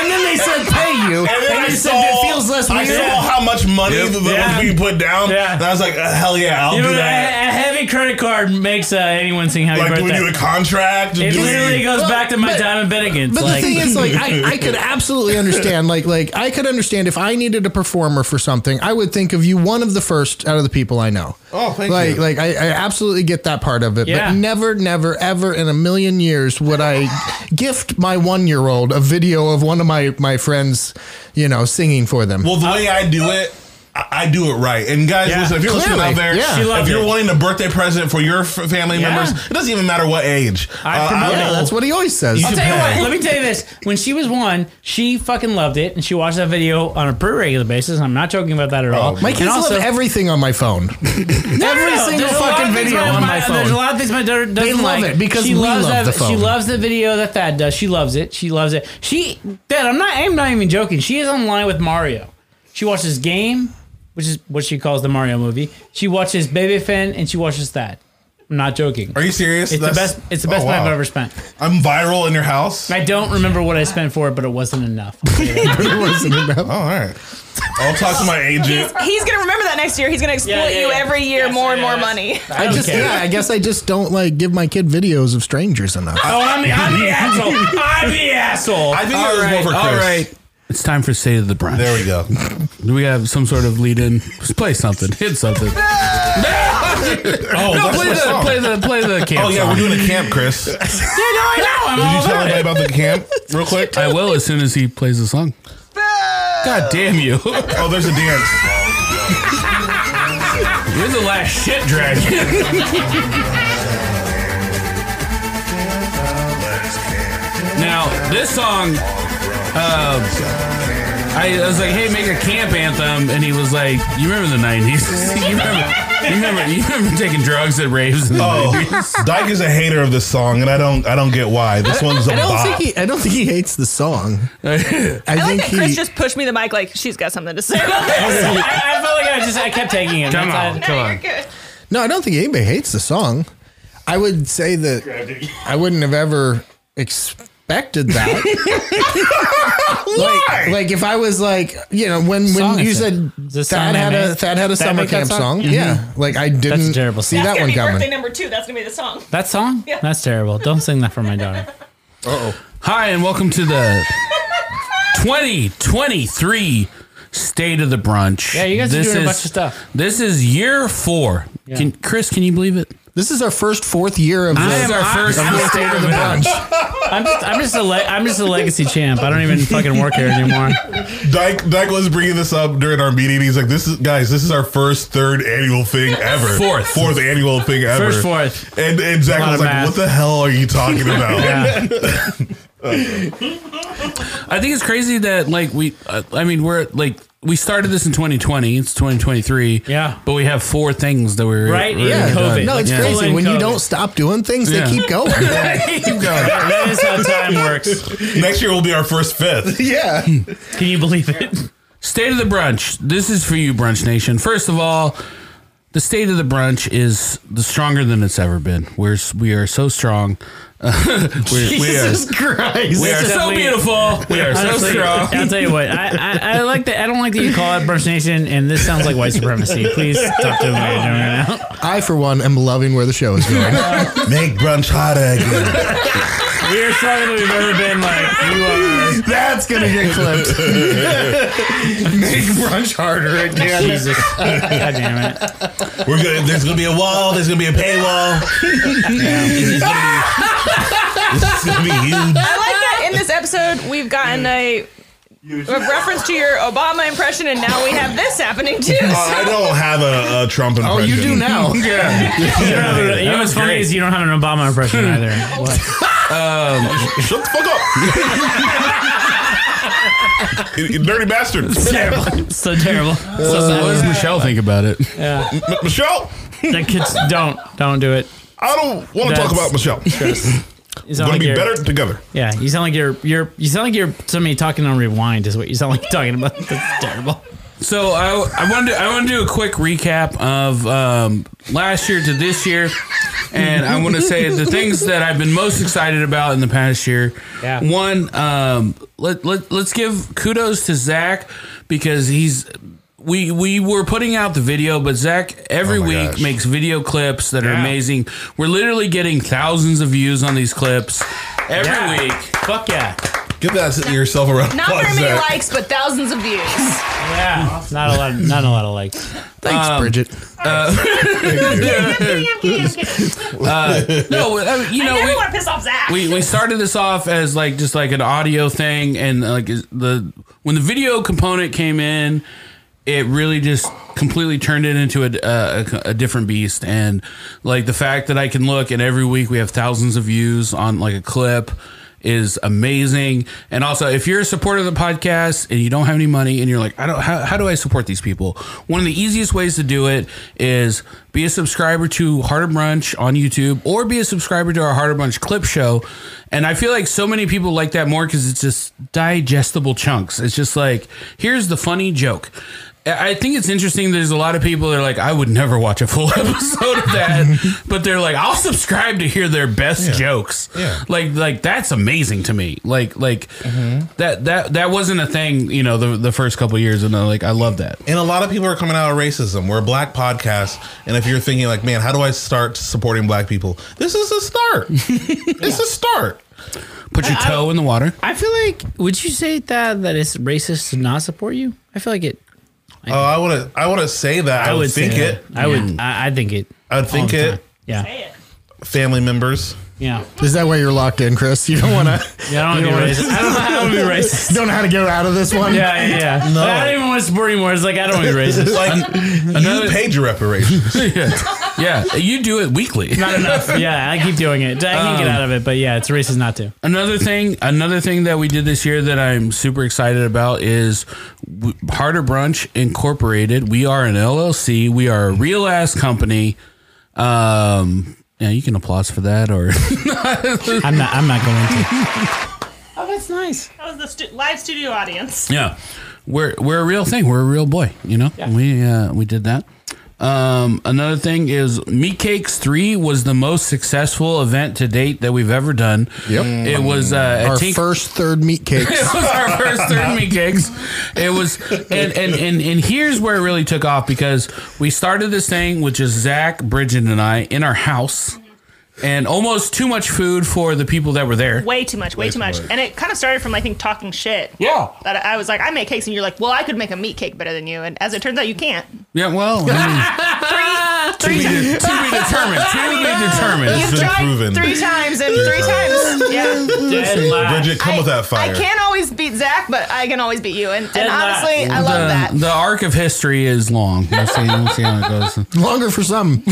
Speaker 8: And then they said pay you.
Speaker 2: And then I
Speaker 8: you
Speaker 2: saw,
Speaker 8: said it feels less
Speaker 2: I
Speaker 8: weird.
Speaker 2: saw how much money
Speaker 8: Yep.
Speaker 2: that
Speaker 8: Yeah.
Speaker 2: was being put down, and I was like, uh, "Hell yeah, I'll
Speaker 6: You know,
Speaker 2: do
Speaker 6: a,
Speaker 2: that."
Speaker 6: a heavy credit card makes uh, anyone sing happy
Speaker 2: Like, do
Speaker 6: birthday.
Speaker 2: we do a contract?
Speaker 6: It
Speaker 2: Do we-
Speaker 6: literally goes
Speaker 2: Well,
Speaker 6: back to my
Speaker 2: but-
Speaker 6: diamond Bennigan's.
Speaker 8: But the thing is, like, I, I could absolutely understand. Like, like I could understand if I needed a performer for something, I would think of you one of the first out of the people I know.
Speaker 2: Oh, thank
Speaker 8: like,
Speaker 2: you.
Speaker 8: Like, I, I absolutely get that part of it.
Speaker 2: Yeah.
Speaker 8: But never, never, ever in a million years would I gift my one year old a video of one of my, my friends, you know, singing for them.
Speaker 2: Well, the way I do it, I I do it right. And guys,
Speaker 8: Yeah.
Speaker 2: listen, if you're listening
Speaker 8: Clearly.
Speaker 2: out there,
Speaker 8: Yeah. She
Speaker 2: if
Speaker 8: loved
Speaker 2: you're
Speaker 8: it.
Speaker 2: wanting a birthday present for your f- family
Speaker 6: Yeah.
Speaker 2: members, it doesn't even matter what age. Uh,
Speaker 6: I promote it. That's
Speaker 8: what he always says.
Speaker 6: I'll tell you what. Let me tell you this. When she was one, she fucking loved it, and she watched that video on a pretty regular basis. and I'm not joking about that at all.
Speaker 8: my kids
Speaker 6: and also,
Speaker 8: love everything on my phone. every single
Speaker 6: there's a lot
Speaker 8: fucking
Speaker 6: of things
Speaker 8: video on my phone.
Speaker 6: There's a lot of things my daughter doesn't
Speaker 8: They love
Speaker 6: like.
Speaker 8: it because we
Speaker 6: loves
Speaker 8: love
Speaker 6: that,
Speaker 8: the
Speaker 6: She
Speaker 8: phone.
Speaker 6: loves the video that Thad does. She loves it. She loves it. She Dad, I'm not. I'm not even joking. She is online with Mario. She watches Game, which is what she calls the Mario movie. She watches Baby Finn and she watches Thad. I'm not joking.
Speaker 2: Are you serious?
Speaker 6: It's
Speaker 2: That's-
Speaker 6: the best. It's the
Speaker 2: Oh,
Speaker 6: best
Speaker 2: wow.
Speaker 6: I've ever spent.
Speaker 2: I'm viral in your house.
Speaker 6: I don't remember what I spent for it, but it wasn't enough.
Speaker 8: it wasn't enough.
Speaker 2: Oh, all right. I'll talk to my agent.
Speaker 7: He's gonna remember that next year. He's gonna exploit
Speaker 6: yeah,
Speaker 7: you
Speaker 6: yeah.
Speaker 7: every year
Speaker 6: Yes,
Speaker 7: more and more
Speaker 6: yes.
Speaker 7: money.
Speaker 8: I, just, yeah, I guess I just don't like give my kid videos of strangers enough.
Speaker 6: Oh, I'm the, I'm the asshole. I'm the asshole.
Speaker 2: I think it was more for Chris.
Speaker 1: all right. It's time for State of the Brunch.
Speaker 2: There we go.
Speaker 1: Do we have some sort of lead in? Just play something. Hit something.
Speaker 2: Oh,
Speaker 1: no,
Speaker 2: that's
Speaker 1: play
Speaker 2: my
Speaker 1: the,
Speaker 2: song.
Speaker 1: play the play the camp.
Speaker 2: Oh yeah,
Speaker 1: song.
Speaker 2: we're doing a camp, Chris. Did you tell anybody about the camp real quick?
Speaker 1: I will as soon as he plays the song. God damn you.
Speaker 2: Oh, there's a dance.
Speaker 1: You're the last shit dragon. now, this song, um, I, I was like, hey, make a camp anthem. And he was like, you remember the 90s? you, remember, you, remember, you remember taking drugs at raves in the
Speaker 2: Oh, Dyke is a hater of this song, and I don't, I don't get why. This one's a
Speaker 8: I don't think
Speaker 2: bop.
Speaker 8: he. I don't think he hates the song. I,
Speaker 7: I, like
Speaker 8: think
Speaker 7: that Chris
Speaker 8: he.
Speaker 7: just pushed me the mic like she's got something to say about this.
Speaker 6: I, I felt like I just I kept taking it.
Speaker 1: Come
Speaker 6: That's-
Speaker 1: on, come on.
Speaker 8: no, I don't think anybody hates the song. I would say that I wouldn't have ever expected that. like, like if I was like, you know, when when
Speaker 6: Song
Speaker 8: you
Speaker 6: is
Speaker 8: said
Speaker 6: the song
Speaker 8: Thad
Speaker 6: they
Speaker 8: had a
Speaker 6: made.
Speaker 8: Thad had a
Speaker 6: Thad
Speaker 8: summer
Speaker 6: make that
Speaker 8: camp
Speaker 6: song?
Speaker 8: song,
Speaker 6: Mhm.
Speaker 8: yeah, like I didn't
Speaker 6: terrible
Speaker 8: see
Speaker 6: song.
Speaker 7: That's
Speaker 8: that
Speaker 7: gonna
Speaker 8: one
Speaker 7: be birthday
Speaker 8: coming.
Speaker 7: number two. That's gonna be the song.
Speaker 6: That song?
Speaker 7: Yeah.
Speaker 6: That's terrible. Don't sing that for my daughter.
Speaker 1: oh. Hi, and welcome to the 2023 State of the Brunch.
Speaker 6: Yeah, you guys are doing a bunch of stuff.
Speaker 1: This is year four. Can, Chris, can you believe it?
Speaker 8: This is our first fourth year of
Speaker 1: I
Speaker 8: the-
Speaker 1: am our first
Speaker 8: of the
Speaker 1: fourth
Speaker 8: state
Speaker 1: year
Speaker 8: of
Speaker 1: of
Speaker 8: the
Speaker 1: it.
Speaker 8: brunch.
Speaker 6: I'm just I'm just a le- I'm just a legacy champ. I don't even fucking work here anymore.
Speaker 2: Dyke, Dyke was bringing this up during our meeting. He's like, "This is guys, this is our first third annual thing ever,
Speaker 1: Fourth.
Speaker 2: fourth annual thing ever,
Speaker 6: First fourth.
Speaker 2: And, and Zach
Speaker 6: A lot
Speaker 2: was
Speaker 6: of
Speaker 2: like,
Speaker 6: math.
Speaker 2: "What the hell are you talking about?"
Speaker 6: Yeah.
Speaker 1: I think it's crazy that like we, uh, I mean, we're like we started this in 2020. It's 2023. Yeah, but we have four things that we're
Speaker 6: Right?
Speaker 1: we're
Speaker 6: Yeah.
Speaker 1: done.
Speaker 6: COVID.
Speaker 8: No, it's
Speaker 1: Yeah.
Speaker 8: crazy when you
Speaker 6: COVID.
Speaker 8: don't stop doing things,
Speaker 1: Yeah.
Speaker 8: they keep going.
Speaker 6: That- that is how time works.
Speaker 2: Next year will be our first fifth.
Speaker 8: yeah.
Speaker 6: Can you believe it?
Speaker 1: State of the brunch. This is for you, brunch nation. First of all, the state of the brunch is the stronger than it's ever been. We're s- we are so strong. We're-
Speaker 8: Jesus Christ.
Speaker 1: we are so
Speaker 6: Definitely-
Speaker 1: beautiful. We are so
Speaker 6: Honestly,
Speaker 1: strong.
Speaker 6: I'll tell you what. I, I, I like that. I don't like that you call it Brunch Nation, and this sounds like white supremacy. Please stop doing what you're doing right now.
Speaker 8: I, for one, am loving where the show is going.
Speaker 2: Make brunch hotter again.
Speaker 6: We are stronger than we've ever been. Like you are.
Speaker 8: That's going to get clipped. Make brunch harder again.
Speaker 6: Jesus. God damn it.
Speaker 2: We're gonna, there's gonna be a wall. There's gonna be a paywall. It's gonna be, this is gonna be huge.
Speaker 7: I like that in this episode we've gotten a, a reference to your Obama impression, and now we have this happening too.
Speaker 2: Uh, I don't have a, a Trump
Speaker 6: Oh,
Speaker 2: impression.
Speaker 8: you do now.
Speaker 1: yeah.
Speaker 6: You don't have a- you know what's funny is you don't have an Obama impression
Speaker 1: Hmm.
Speaker 6: either. What?
Speaker 2: Shut the fuck up. you, you dirty bastard.
Speaker 6: terrible. So terrible. So
Speaker 1: So
Speaker 6: sad.
Speaker 1: what does Michelle think about it?
Speaker 6: Yeah.
Speaker 2: M- Michelle,
Speaker 6: The kids don't don't do it.
Speaker 2: I don't want to talk
Speaker 6: That's-
Speaker 2: about Michelle.
Speaker 6: You
Speaker 2: We're
Speaker 6: sound
Speaker 2: gonna
Speaker 6: like
Speaker 2: be
Speaker 6: you're,
Speaker 2: better together.
Speaker 6: Yeah, you sound like you're you're you sound like you're somebody talking on rewind is what you sound like you're talking about. That's terrible.
Speaker 1: So I, I want to I want to do a quick recap of um, last year to this year, and I want to say the things that I've been most excited about in the past year.
Speaker 6: Yeah.
Speaker 1: One, um, let, let let's give kudos to Zach because he's we we were putting out the video, but Zach every
Speaker 2: Oh my
Speaker 1: week
Speaker 2: gosh.
Speaker 1: makes video clips that are
Speaker 2: Yeah.
Speaker 1: amazing. We're literally getting thousands of views on these clips every
Speaker 7: Yeah.
Speaker 1: week.
Speaker 6: Fuck yeah!
Speaker 2: Give that yourself a round.
Speaker 7: Not
Speaker 1: What's
Speaker 7: very many
Speaker 1: that?
Speaker 7: likes, but thousands of views.
Speaker 6: Yeah. Not a lot. Not a lot of likes.
Speaker 1: Thanks, Bridget. Uh, no, I mean, you know,
Speaker 7: I never
Speaker 1: we-
Speaker 7: want to piss off Zach.
Speaker 1: we, we started this off as like just like an audio thing and like is- the when the video component came in it really just completely turned it into a, a, a different beast and like the fact that i can look and every week we have thousands of views on like a clip is amazing and also if you're a supporter of the podcast and you don't have any money and you're like i don't how, how do i support these people one of the easiest ways to do it is be a subscriber to Harder Brunch on YouTube or be a subscriber to our Harder Brunch clip show. And I feel like so many people like that more because it's just digestible chunks. It's just like, here's the funny joke. I I think it's interesting. There's a lot of people that are like, I would never watch a full episode of that, but they're like, I'll subscribe to hear their best
Speaker 2: Yeah.
Speaker 1: jokes.
Speaker 2: Yeah.
Speaker 1: Like, like that's amazing to me. Like, like that, that, that wasn't a thing, you know, the, the first couple years. And I'm like, I love that.
Speaker 2: And a lot of people are coming out of racism. We're a black podcast, and if you're thinking like, man, how do I start supporting black people? This is a start. it's a start.
Speaker 1: Put your toe in the water.
Speaker 6: I feel like. Would you say that that it's racist to not support you? I feel like it.
Speaker 2: Oh, I would I would say that. I, would
Speaker 6: say
Speaker 2: think
Speaker 6: that.
Speaker 2: it.
Speaker 6: I would. I, I think it.
Speaker 2: I would think
Speaker 6: all the
Speaker 2: it.
Speaker 6: time. Yeah.
Speaker 2: Family members.
Speaker 6: Yeah.
Speaker 8: Is that why you're locked in, Chris? You don't want to.
Speaker 6: Yeah, I don't want to be racist. I don't know how to be racist.
Speaker 8: Don't know how to get out of this one.
Speaker 6: Yeah, yeah, yeah.
Speaker 8: No.
Speaker 6: I don't even want to support anymore. It's like I don't want to be racist.
Speaker 2: like you paid your reparations.
Speaker 1: yeah. yeah, you do it weekly.
Speaker 6: Not enough. Yeah, I keep doing it. I can get out of it, but yeah, it's racist not to.
Speaker 1: Another thing, another thing that we did this year that I'm super excited about is w- Harder Brunch Incorporated. We are an LLC. We are a real ass company. Um, yeah, you can applause for that, or
Speaker 6: I'm not. I'm not going to. Oh, that's nice.
Speaker 7: That was the stu- live studio audience.
Speaker 1: Yeah, we're we're a real thing. We're a real boy. You know, we uh, we did that. Um, another thing is Meat Cakes Three was the most successful event to date that we've ever done. Yep, it was uh,
Speaker 8: Our
Speaker 1: at Tink-
Speaker 8: first third meat cakes.
Speaker 1: it was our first third meat cakes. It was, and, and and and here's where it really took off because we started this thing with just Zach, Bridget, and I in our house, and almost too much food for the people that were there.
Speaker 7: Way too much, way,
Speaker 1: Way
Speaker 7: too
Speaker 1: too
Speaker 7: much.
Speaker 1: much.
Speaker 7: And it kind of started from, I think, talking shit.
Speaker 1: Yeah.
Speaker 7: That I I was like, I make cakes, and you're like, well, I could make a meat cake better than you. And as it turns out, you can't.
Speaker 1: Yeah, well, I mean, to, be de- to be determined. To be determined.
Speaker 7: You've tried three times, and three times. Yeah.
Speaker 2: Bridget, come with that fire.
Speaker 7: I can't always beat Zach, but I can always beat you. And, and honestly, I
Speaker 1: the,
Speaker 7: love that.
Speaker 1: Uh, The arc of history is long. We'll see, we'll see how it goes.
Speaker 8: Longer for some.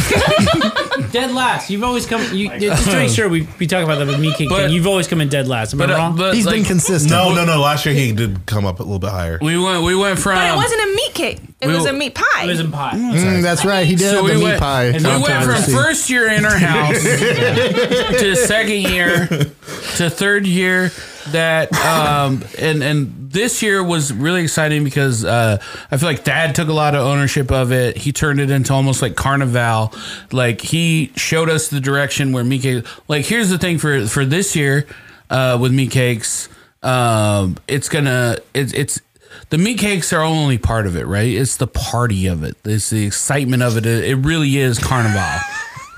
Speaker 6: Dead last. You've always come. You, you- just to make sure we, we talk about the meat cake thing. You've always come in dead last. Am
Speaker 1: but,
Speaker 6: I
Speaker 1: uh,
Speaker 6: wrong?
Speaker 1: but, He's been like- consistent.
Speaker 2: No, no, no. Last year he did come up a little bit higher.
Speaker 1: We went. We went from.
Speaker 7: But it wasn't a meat cake. It
Speaker 1: we-
Speaker 7: was a meat pie. It was
Speaker 6: a pie.
Speaker 8: Mm, that's right. He did
Speaker 1: So
Speaker 8: have
Speaker 1: we
Speaker 8: the meat
Speaker 1: went-
Speaker 8: pie.
Speaker 1: we went from first year in our house to second year to third year that um and and this year was really exciting because uh I feel like dad took a lot of ownership of it. He turned it into almost like carnival. Like he showed us the direction where meat cake like here's the thing for for this year uh with meat cakes um it's gonna it's it's the meat cakes are only part of it, right? It's the party of it. It's the excitement of it. It it really is carnival.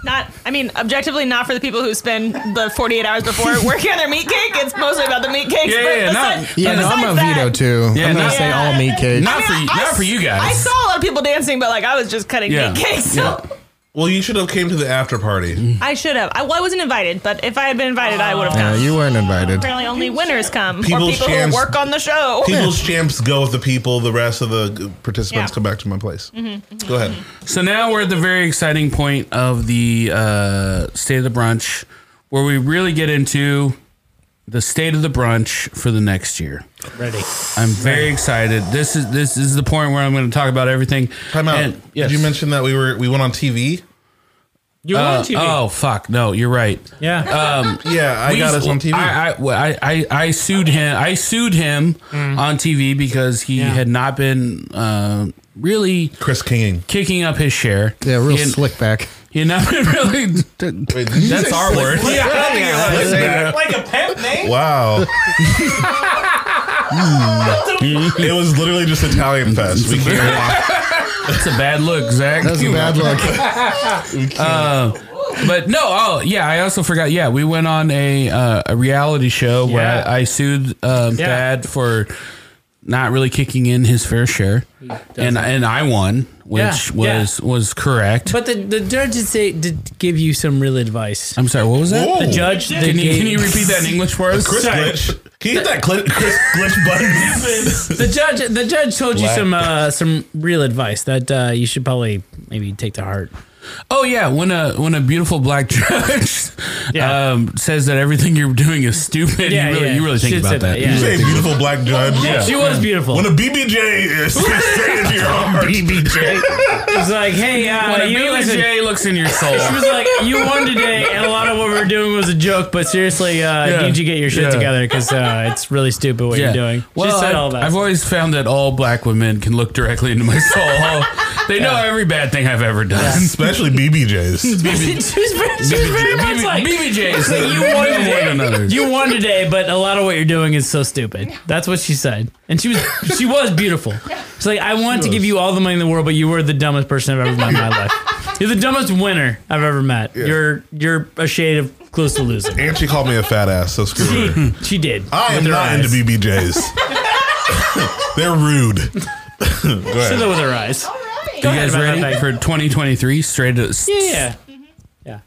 Speaker 7: Not, I mean, objectively, not for the people who spend the 48 hours before working on their meat cake. It's mostly about the meat cakes.
Speaker 1: Yeah,
Speaker 7: but
Speaker 1: yeah, yeah,
Speaker 7: besides-
Speaker 1: not-
Speaker 7: but
Speaker 8: Yeah, no, I'm a
Speaker 7: besides that-
Speaker 8: veto too.
Speaker 1: Yeah,
Speaker 8: I'm gonna
Speaker 1: not-
Speaker 8: say all meat cakes.
Speaker 1: Not for you, not for you
Speaker 7: I
Speaker 1: guys.
Speaker 7: saw a lot of people dancing, but like I was just cutting meat cakes. So
Speaker 2: Well, you should have came to the after party.
Speaker 7: I should have. I, well, I wasn't invited, but if I had been invited, I would have
Speaker 8: Yeah,
Speaker 7: come.
Speaker 8: Uh, you weren't invited.
Speaker 7: Apparently, only winners come, or
Speaker 2: People's
Speaker 7: people
Speaker 2: chance-
Speaker 7: who work on the show.
Speaker 2: People's champs go with the people. The rest of the participants
Speaker 7: Yeah.
Speaker 2: come back to my place.
Speaker 7: Mhm,
Speaker 2: Go ahead.
Speaker 1: So now we're at the very exciting point of the uh, state of the brunch, where we really get into the state of the brunch for the next year.
Speaker 6: Ready.
Speaker 1: I'm very excited. This is this is the point where I'm going to talk about everything.
Speaker 2: Time out.
Speaker 1: And-
Speaker 2: Did you mention that we were we went on TV?
Speaker 6: You were on TV.
Speaker 1: Oh fuck! No, you're right.
Speaker 6: Yeah.
Speaker 1: Um,
Speaker 2: Yeah, I
Speaker 1: we-
Speaker 2: got us on TV.
Speaker 1: I, I- well, I, I, I sued him. I sued him
Speaker 8: Mm.
Speaker 1: on TV because he had not been uh, really
Speaker 2: Chris King
Speaker 1: kicking up his share.
Speaker 8: Yeah, real
Speaker 1: He had-
Speaker 8: slick back.
Speaker 1: You know, really. that's our word.
Speaker 8: Yeah, I think I like
Speaker 2: that.
Speaker 13: Like a pimp name?
Speaker 2: Wow. it was literally just Italian fest. We can't.
Speaker 1: That's a bad look, Zach.
Speaker 8: That's a bad look.
Speaker 1: Uh, but no, oh yeah, I also forgot. Yeah, we went on a uh, a reality show where
Speaker 6: Yeah.
Speaker 1: I, I sued um,
Speaker 6: Yeah.
Speaker 1: Dad for not really kicking in his fair share, and and I won, which
Speaker 6: Yeah,
Speaker 1: was was correct.
Speaker 6: But the, the judge did say did give you some real advice.
Speaker 1: I'm sorry, what was that?
Speaker 2: Whoa.
Speaker 6: The judge that
Speaker 1: Can you,
Speaker 6: gave-
Speaker 1: can you repeat that in English for us?
Speaker 2: Chris
Speaker 6: Sorry.
Speaker 2: Glitch. Can you hit that cli- Chris Glitch button?
Speaker 6: the judge the judge told you
Speaker 2: Black.
Speaker 6: some uh, some real advice that uh, you should probably maybe take to heart.
Speaker 1: Oh yeah, when a when a beautiful black judge
Speaker 6: Yeah.
Speaker 1: um, says that everything you're doing is stupid,
Speaker 6: Yeah,
Speaker 1: you really
Speaker 6: yeah.
Speaker 1: you really think
Speaker 6: Should
Speaker 1: about
Speaker 6: said
Speaker 1: that.
Speaker 6: that, yeah.
Speaker 2: You say beautiful black judge.
Speaker 6: She was beautiful.
Speaker 2: When a BBJ is straight into your heart.
Speaker 6: It was like, hey, uh,
Speaker 1: When a
Speaker 6: you
Speaker 1: BJ
Speaker 6: listen-
Speaker 1: looks in your soul.
Speaker 6: She was like, "You won today," and a lot of what we were doing was a joke. But seriously, uh,
Speaker 1: Yeah.
Speaker 6: need you get your shit
Speaker 1: Yeah.
Speaker 6: together because uh, it's really stupid what you're doing.
Speaker 1: Well,
Speaker 6: she said
Speaker 1: I've,
Speaker 6: all that.
Speaker 1: I've always found that all black women can look directly into my soul. they know every bad thing I've ever done.
Speaker 2: Especially BBJs.
Speaker 6: she was very, she was very much like,
Speaker 1: BBJs,
Speaker 6: like, you
Speaker 1: they
Speaker 6: won
Speaker 1: know
Speaker 6: today.
Speaker 1: one another.
Speaker 6: You won today, but a lot of what you're doing is so stupid. That's what she said, and she was she was beautiful. She's like, I want to give you all the money in the world, but you were the dumbest person I've ever met in my life. You're the dumbest winner I've ever met. You're you're a shade of close to losing.
Speaker 2: And she called me a fat ass, so screw her.
Speaker 6: She, she did.
Speaker 2: I am
Speaker 6: with her
Speaker 2: not
Speaker 6: eyes.
Speaker 2: into BBJs. They're rude. Go
Speaker 6: She
Speaker 2: ahead.
Speaker 6: did with her eyes.
Speaker 1: you
Speaker 6: Go ahead
Speaker 1: guys
Speaker 6: about
Speaker 1: ready
Speaker 6: that
Speaker 1: for 2023? Straight to
Speaker 6: Yeah. Yeah.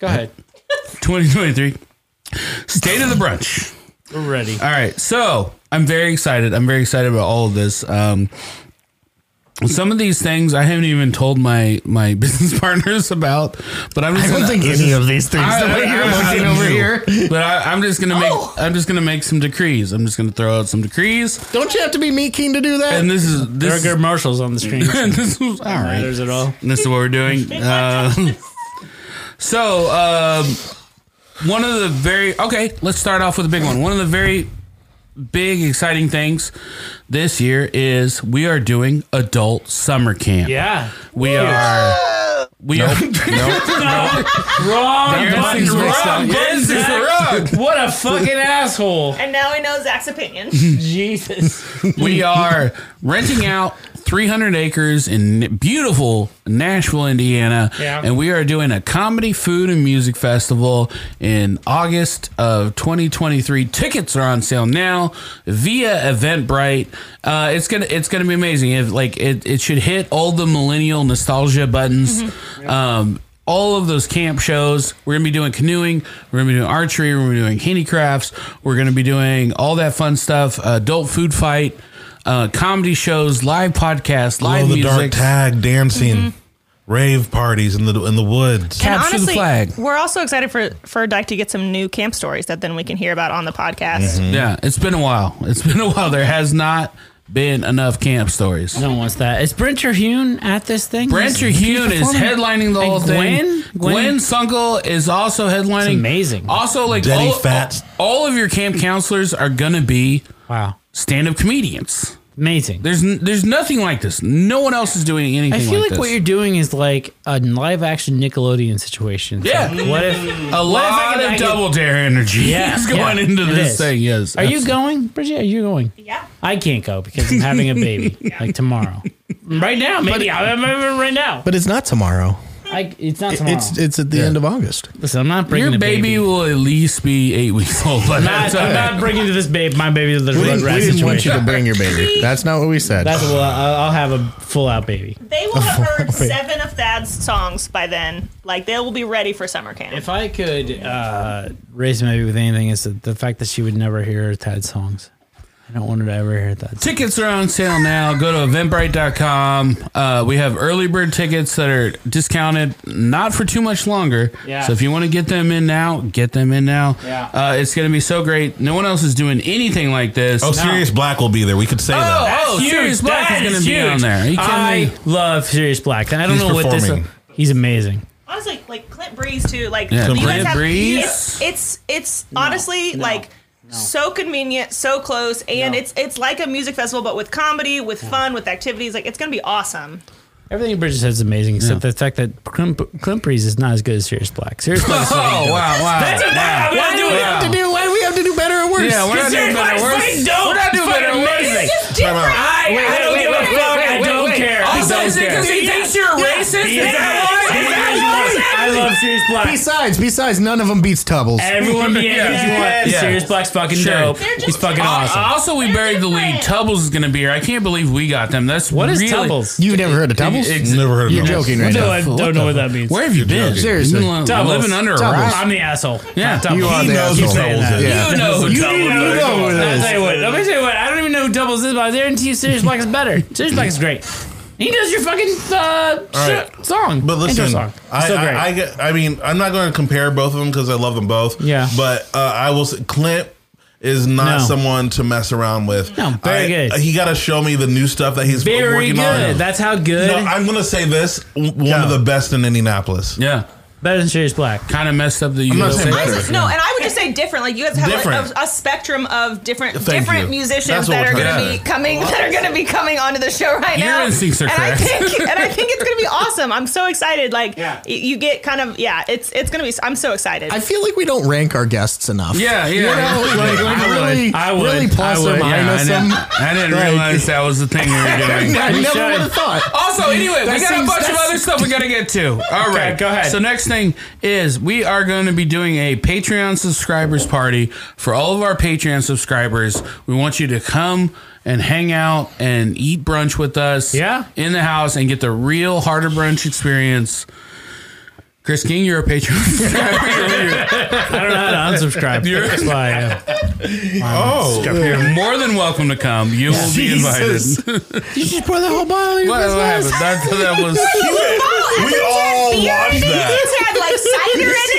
Speaker 6: Go ahead.
Speaker 1: 2023. State of the brunch.
Speaker 6: We're ready.
Speaker 1: All right. So I'm very excited. I'm very excited about all of this. Um, some of these things I haven't even told my my business partners about, but I'm just
Speaker 8: I don't
Speaker 1: gonna-
Speaker 8: think any of these things
Speaker 1: I-
Speaker 8: the way
Speaker 1: I-
Speaker 8: you're
Speaker 1: I-
Speaker 8: looking
Speaker 1: I-
Speaker 8: over here. Oh.
Speaker 1: But I, I'm just gonna make I'm just gonna make some decrees. I'm just gonna throw out some decrees,
Speaker 8: Don't you have to be meat keen to do that?
Speaker 1: and this is
Speaker 6: There are
Speaker 1: this,
Speaker 6: good marshals on the screen.
Speaker 1: this was all right.
Speaker 6: Matters at all.
Speaker 1: And this is what we're doing. Um, so, um, one of the very okay. Let's start off with a big one. One of the very big exciting things this year is we are doing adult summer camp.
Speaker 6: Yeah.
Speaker 1: we are. We are.
Speaker 6: Wrong button.
Speaker 1: Everything's mixed up.
Speaker 6: Wrong button.
Speaker 1: Everything's
Speaker 6: Zach. What a fucking asshole.
Speaker 7: And now we know Zach's opinion.
Speaker 1: Mm-hmm.
Speaker 6: Jesus.
Speaker 1: we are renting out 300 acres in beautiful Nashville, Indiana,
Speaker 6: Yeah.
Speaker 1: and we are doing a comedy, food, and music festival in August of 2023. Tickets are on sale now via Eventbrite. Uh, it's gonna it's gonna be amazing. If like it, it should hit all the millennial nostalgia buttons. Um, all of those camp shows. We're gonna be doing canoeing. We're gonna be doing archery. We're gonna be doing handicrafts. We're gonna be doing all that fun stuff. adult food fight, uh, comedy shows, live podcasts,
Speaker 2: Below
Speaker 1: live
Speaker 2: the dark
Speaker 1: music.
Speaker 2: tag dancing, rave parties in the in the woods.
Speaker 1: Capture the flag.
Speaker 7: we're also excited for for Dyke to get some new camp stories that then we can hear about on the podcast.
Speaker 1: yeah, it's been a while. It's been a while. There has not been enough camp stories.
Speaker 6: No one wants that. Is Brent Terhune at this thing?
Speaker 1: Brent Terhune is headlining the
Speaker 6: And
Speaker 1: whole
Speaker 6: Gwen?
Speaker 1: thing. Gwen, Gwen Sunkel is also headlining.
Speaker 6: amazing.
Speaker 1: Also, like
Speaker 2: Daddy
Speaker 1: all,
Speaker 2: Fats.
Speaker 1: all of your camp counselors are gonna be
Speaker 6: Wow.
Speaker 1: stand-up comedians.
Speaker 6: Amazing.
Speaker 1: There's n- there's nothing like this. No one else is doing anything.
Speaker 6: I feel like,
Speaker 1: like, this.
Speaker 6: what you're doing is like a live action Nickeloodian situation. It's
Speaker 1: Yeah.
Speaker 6: like, what if
Speaker 1: a
Speaker 6: if I
Speaker 1: lot
Speaker 6: could- I
Speaker 1: of
Speaker 6: could-
Speaker 1: double dare energy
Speaker 6: Yeah,
Speaker 1: is going
Speaker 6: yeah,
Speaker 1: into
Speaker 6: it
Speaker 1: this
Speaker 6: is.
Speaker 1: thing. Yes.
Speaker 6: Are you going, Bridget? Are you going?
Speaker 7: Yeah.
Speaker 6: I can't go because I'm having a baby like tomorrow. Right now, maybe I'm having it right now.
Speaker 8: But it's not tomorrow.
Speaker 6: I, it's not tomorrow.
Speaker 8: It's it's at the end of August.
Speaker 6: Listen, I'm not bringing
Speaker 1: Your
Speaker 6: a
Speaker 1: baby,
Speaker 6: baby.
Speaker 1: will at least be eight weeks old by
Speaker 6: I'm
Speaker 1: that
Speaker 6: not,
Speaker 1: time.
Speaker 6: I'm not bringing to this babe my baby to the red
Speaker 8: We didn't, we
Speaker 6: rat
Speaker 8: didn't want you to
Speaker 6: situation.
Speaker 8: bring your baby. That's not what we said.
Speaker 6: That's well, I'll I'll have a full out baby.
Speaker 7: They will have heard seven of Thad's songs by then. Like they will be ready for summer camp.
Speaker 6: If I could uh, raise my baby with anything, it's the, the fact that she would never hear Tad songs. I don't want her to ever hear that.
Speaker 1: Tickets are on sale now. Go to eventbrite.com. Uh, we have early bird tickets that are discounted, not for too much longer.
Speaker 6: Yeah.
Speaker 1: So if you want to get them in now, get them in now.
Speaker 6: Yeah.
Speaker 1: Uh, it's going to be so great. No one else is doing anything like this.
Speaker 2: Oh, Serious Black will be there. We could say that.
Speaker 1: Oh,
Speaker 6: Huge.
Speaker 1: Sirius Black is
Speaker 6: That
Speaker 1: going
Speaker 6: is
Speaker 1: to be
Speaker 6: huge.
Speaker 1: on there. Are you kidding
Speaker 6: I
Speaker 1: me?
Speaker 6: love Sirius Black. And I don't
Speaker 2: He's
Speaker 6: know what this. uh,
Speaker 2: performing.
Speaker 6: He's amazing.
Speaker 7: Honestly, like Clint Breeze too. Like
Speaker 1: Yeah,
Speaker 7: you guys
Speaker 1: Clint
Speaker 7: have-
Speaker 1: Breeze?
Speaker 7: It's it's, it's honestly like so convenient, so close, and it's it's like a music festival, but with comedy, with fun, with activities. Like it's gonna be awesome.
Speaker 6: Everything Bridges says is amazing, except the fact that Clint, Clint Breeze is not as good as Sirius Black. Sirius Black.
Speaker 1: Oh,
Speaker 6: is fucking dope.
Speaker 13: That's what
Speaker 6: Wow.
Speaker 13: Why do we have to
Speaker 8: do? Why do we have to do better or
Speaker 13: worse?
Speaker 6: Yeah, we're not doing better or worse.
Speaker 13: We're not doing better or worse.
Speaker 2: oh,
Speaker 6: It's
Speaker 13: Time out. I,
Speaker 6: Wait,
Speaker 13: I
Speaker 6: wait,
Speaker 13: don't
Speaker 6: wait,
Speaker 13: give a
Speaker 6: wait,
Speaker 13: fuck.
Speaker 6: wait,
Speaker 13: I
Speaker 6: wait,
Speaker 13: don't
Speaker 6: wait.
Speaker 13: care.
Speaker 6: Also,
Speaker 13: I don't
Speaker 6: is it 'cause he
Speaker 13: care.
Speaker 6: thinks you're
Speaker 13: Yeah.
Speaker 6: racist?
Speaker 13: He
Speaker 6: Is
Speaker 13: is
Speaker 6: that
Speaker 13: racist.
Speaker 6: why?
Speaker 13: He
Speaker 6: Is that
Speaker 13: is
Speaker 6: why?
Speaker 13: racist.
Speaker 6: I love Sirius Black.
Speaker 8: Besides, besides, none of them beats Tubbles.
Speaker 6: Everyone be angry if you want.
Speaker 1: Yeah.
Speaker 6: Sirius Black's fucking
Speaker 1: Sure.
Speaker 6: dope. He's fucking
Speaker 1: Al-
Speaker 6: awesome.
Speaker 1: Also, we buried the lead. Tubbles is going to be here. I can't believe we got them. That's
Speaker 6: What is
Speaker 1: really,
Speaker 6: Tubbles?
Speaker 8: You've never heard of Tubbles?
Speaker 1: Ex-
Speaker 2: Never heard of
Speaker 8: You're
Speaker 2: Tubbles.
Speaker 8: joking right
Speaker 6: No,
Speaker 8: now.
Speaker 6: I don't know what that means.
Speaker 1: Where have you been?
Speaker 8: Seriously.
Speaker 1: You've been li-
Speaker 6: Tubbles.
Speaker 1: living under a
Speaker 6: Tubbles.
Speaker 1: rock.
Speaker 6: I'm the asshole.
Speaker 1: Yeah.
Speaker 6: Tubbles.
Speaker 8: You are the
Speaker 2: knows
Speaker 8: asshole.
Speaker 2: what
Speaker 6: saying
Speaker 2: Tubbles
Speaker 6: that.
Speaker 2: is.
Speaker 8: Yeah.
Speaker 1: You know who
Speaker 6: You,
Speaker 1: Tubbles
Speaker 6: you
Speaker 1: is.
Speaker 6: know who it
Speaker 8: Tubbles.
Speaker 6: is. I'll tell you what. Let me tell you what. I don't even know who doubles is, but I guarantee you Sirius Black is better. Sirius Black is great. He does your fucking uh,
Speaker 2: All right.
Speaker 6: shit song.
Speaker 2: But
Speaker 6: Intro
Speaker 2: listen,
Speaker 6: song.
Speaker 2: I,
Speaker 6: so
Speaker 2: I-
Speaker 6: great.
Speaker 2: I get- I mean, I'm not going to compare both of them because I love them both.
Speaker 6: Yeah.
Speaker 2: But uh, I will say, Clint is not
Speaker 6: No.
Speaker 2: someone to mess around with.
Speaker 6: No, very
Speaker 2: I-
Speaker 6: good.
Speaker 2: He got to show me the new stuff that he's
Speaker 6: Very
Speaker 2: working
Speaker 6: good.
Speaker 2: on.
Speaker 6: That's how good.
Speaker 2: no, I'm going to say this w- one of the best in Indianapolis.
Speaker 1: Yeah.
Speaker 6: better than Sirius Black.
Speaker 1: Kind of messed up the
Speaker 2: I'm not saying
Speaker 1: USA.
Speaker 2: better.
Speaker 7: No, and I would just say different. Like you guys have
Speaker 2: Different.
Speaker 7: like a, a spectrum of different
Speaker 2: Thank
Speaker 7: different
Speaker 2: you. That's
Speaker 7: musicians
Speaker 2: what
Speaker 7: that are
Speaker 2: we're
Speaker 7: going to
Speaker 2: trying
Speaker 7: be
Speaker 2: to-
Speaker 7: coming that are going to be coming onto the show right
Speaker 1: Your
Speaker 7: now.
Speaker 1: instincts are
Speaker 7: and
Speaker 1: correct.
Speaker 7: I think and I think it's going to be awesome. I'm so excited. Like y- you get kind of yeah, it's it's going to be. I'm so excited.
Speaker 8: I feel like we don't rank our guests enough.
Speaker 1: Yeah, yeah.
Speaker 8: You know, like, like
Speaker 6: I would.
Speaker 8: really,
Speaker 6: I would.
Speaker 8: really plus
Speaker 6: I would.
Speaker 8: or
Speaker 6: Yeah,
Speaker 1: Yeah,
Speaker 8: minus
Speaker 1: I
Speaker 8: them.
Speaker 1: didn't, I didn't
Speaker 8: Like-
Speaker 1: realize that was the thing we were doing.
Speaker 8: I
Speaker 6: We
Speaker 8: never
Speaker 6: should.
Speaker 8: would have thought.
Speaker 1: Also, anyway, we
Speaker 8: That
Speaker 1: got a
Speaker 8: seems-
Speaker 1: bunch of
Speaker 8: that's-
Speaker 1: other stuff we got to get to. All right,
Speaker 6: go ahead.
Speaker 1: So next thing is we are going to be doing a Patreon subscribers party for all of our Patreon subscribers. We want you to come and hang out and eat brunch with us.
Speaker 6: Yeah.
Speaker 1: in the house and get the real harder brunch experience. Chris King, you're a Patreon subscriber.
Speaker 6: I don't know how to unsubscribe. That's why uh, I am.
Speaker 2: Oh,
Speaker 1: you're more than welcome to come. You will be
Speaker 2: Jesus.
Speaker 1: invited.
Speaker 6: You just pour the whole bottle.
Speaker 1: What happened? That, that was.
Speaker 2: we
Speaker 7: Oh,
Speaker 2: all watched that.
Speaker 7: had like cider in it.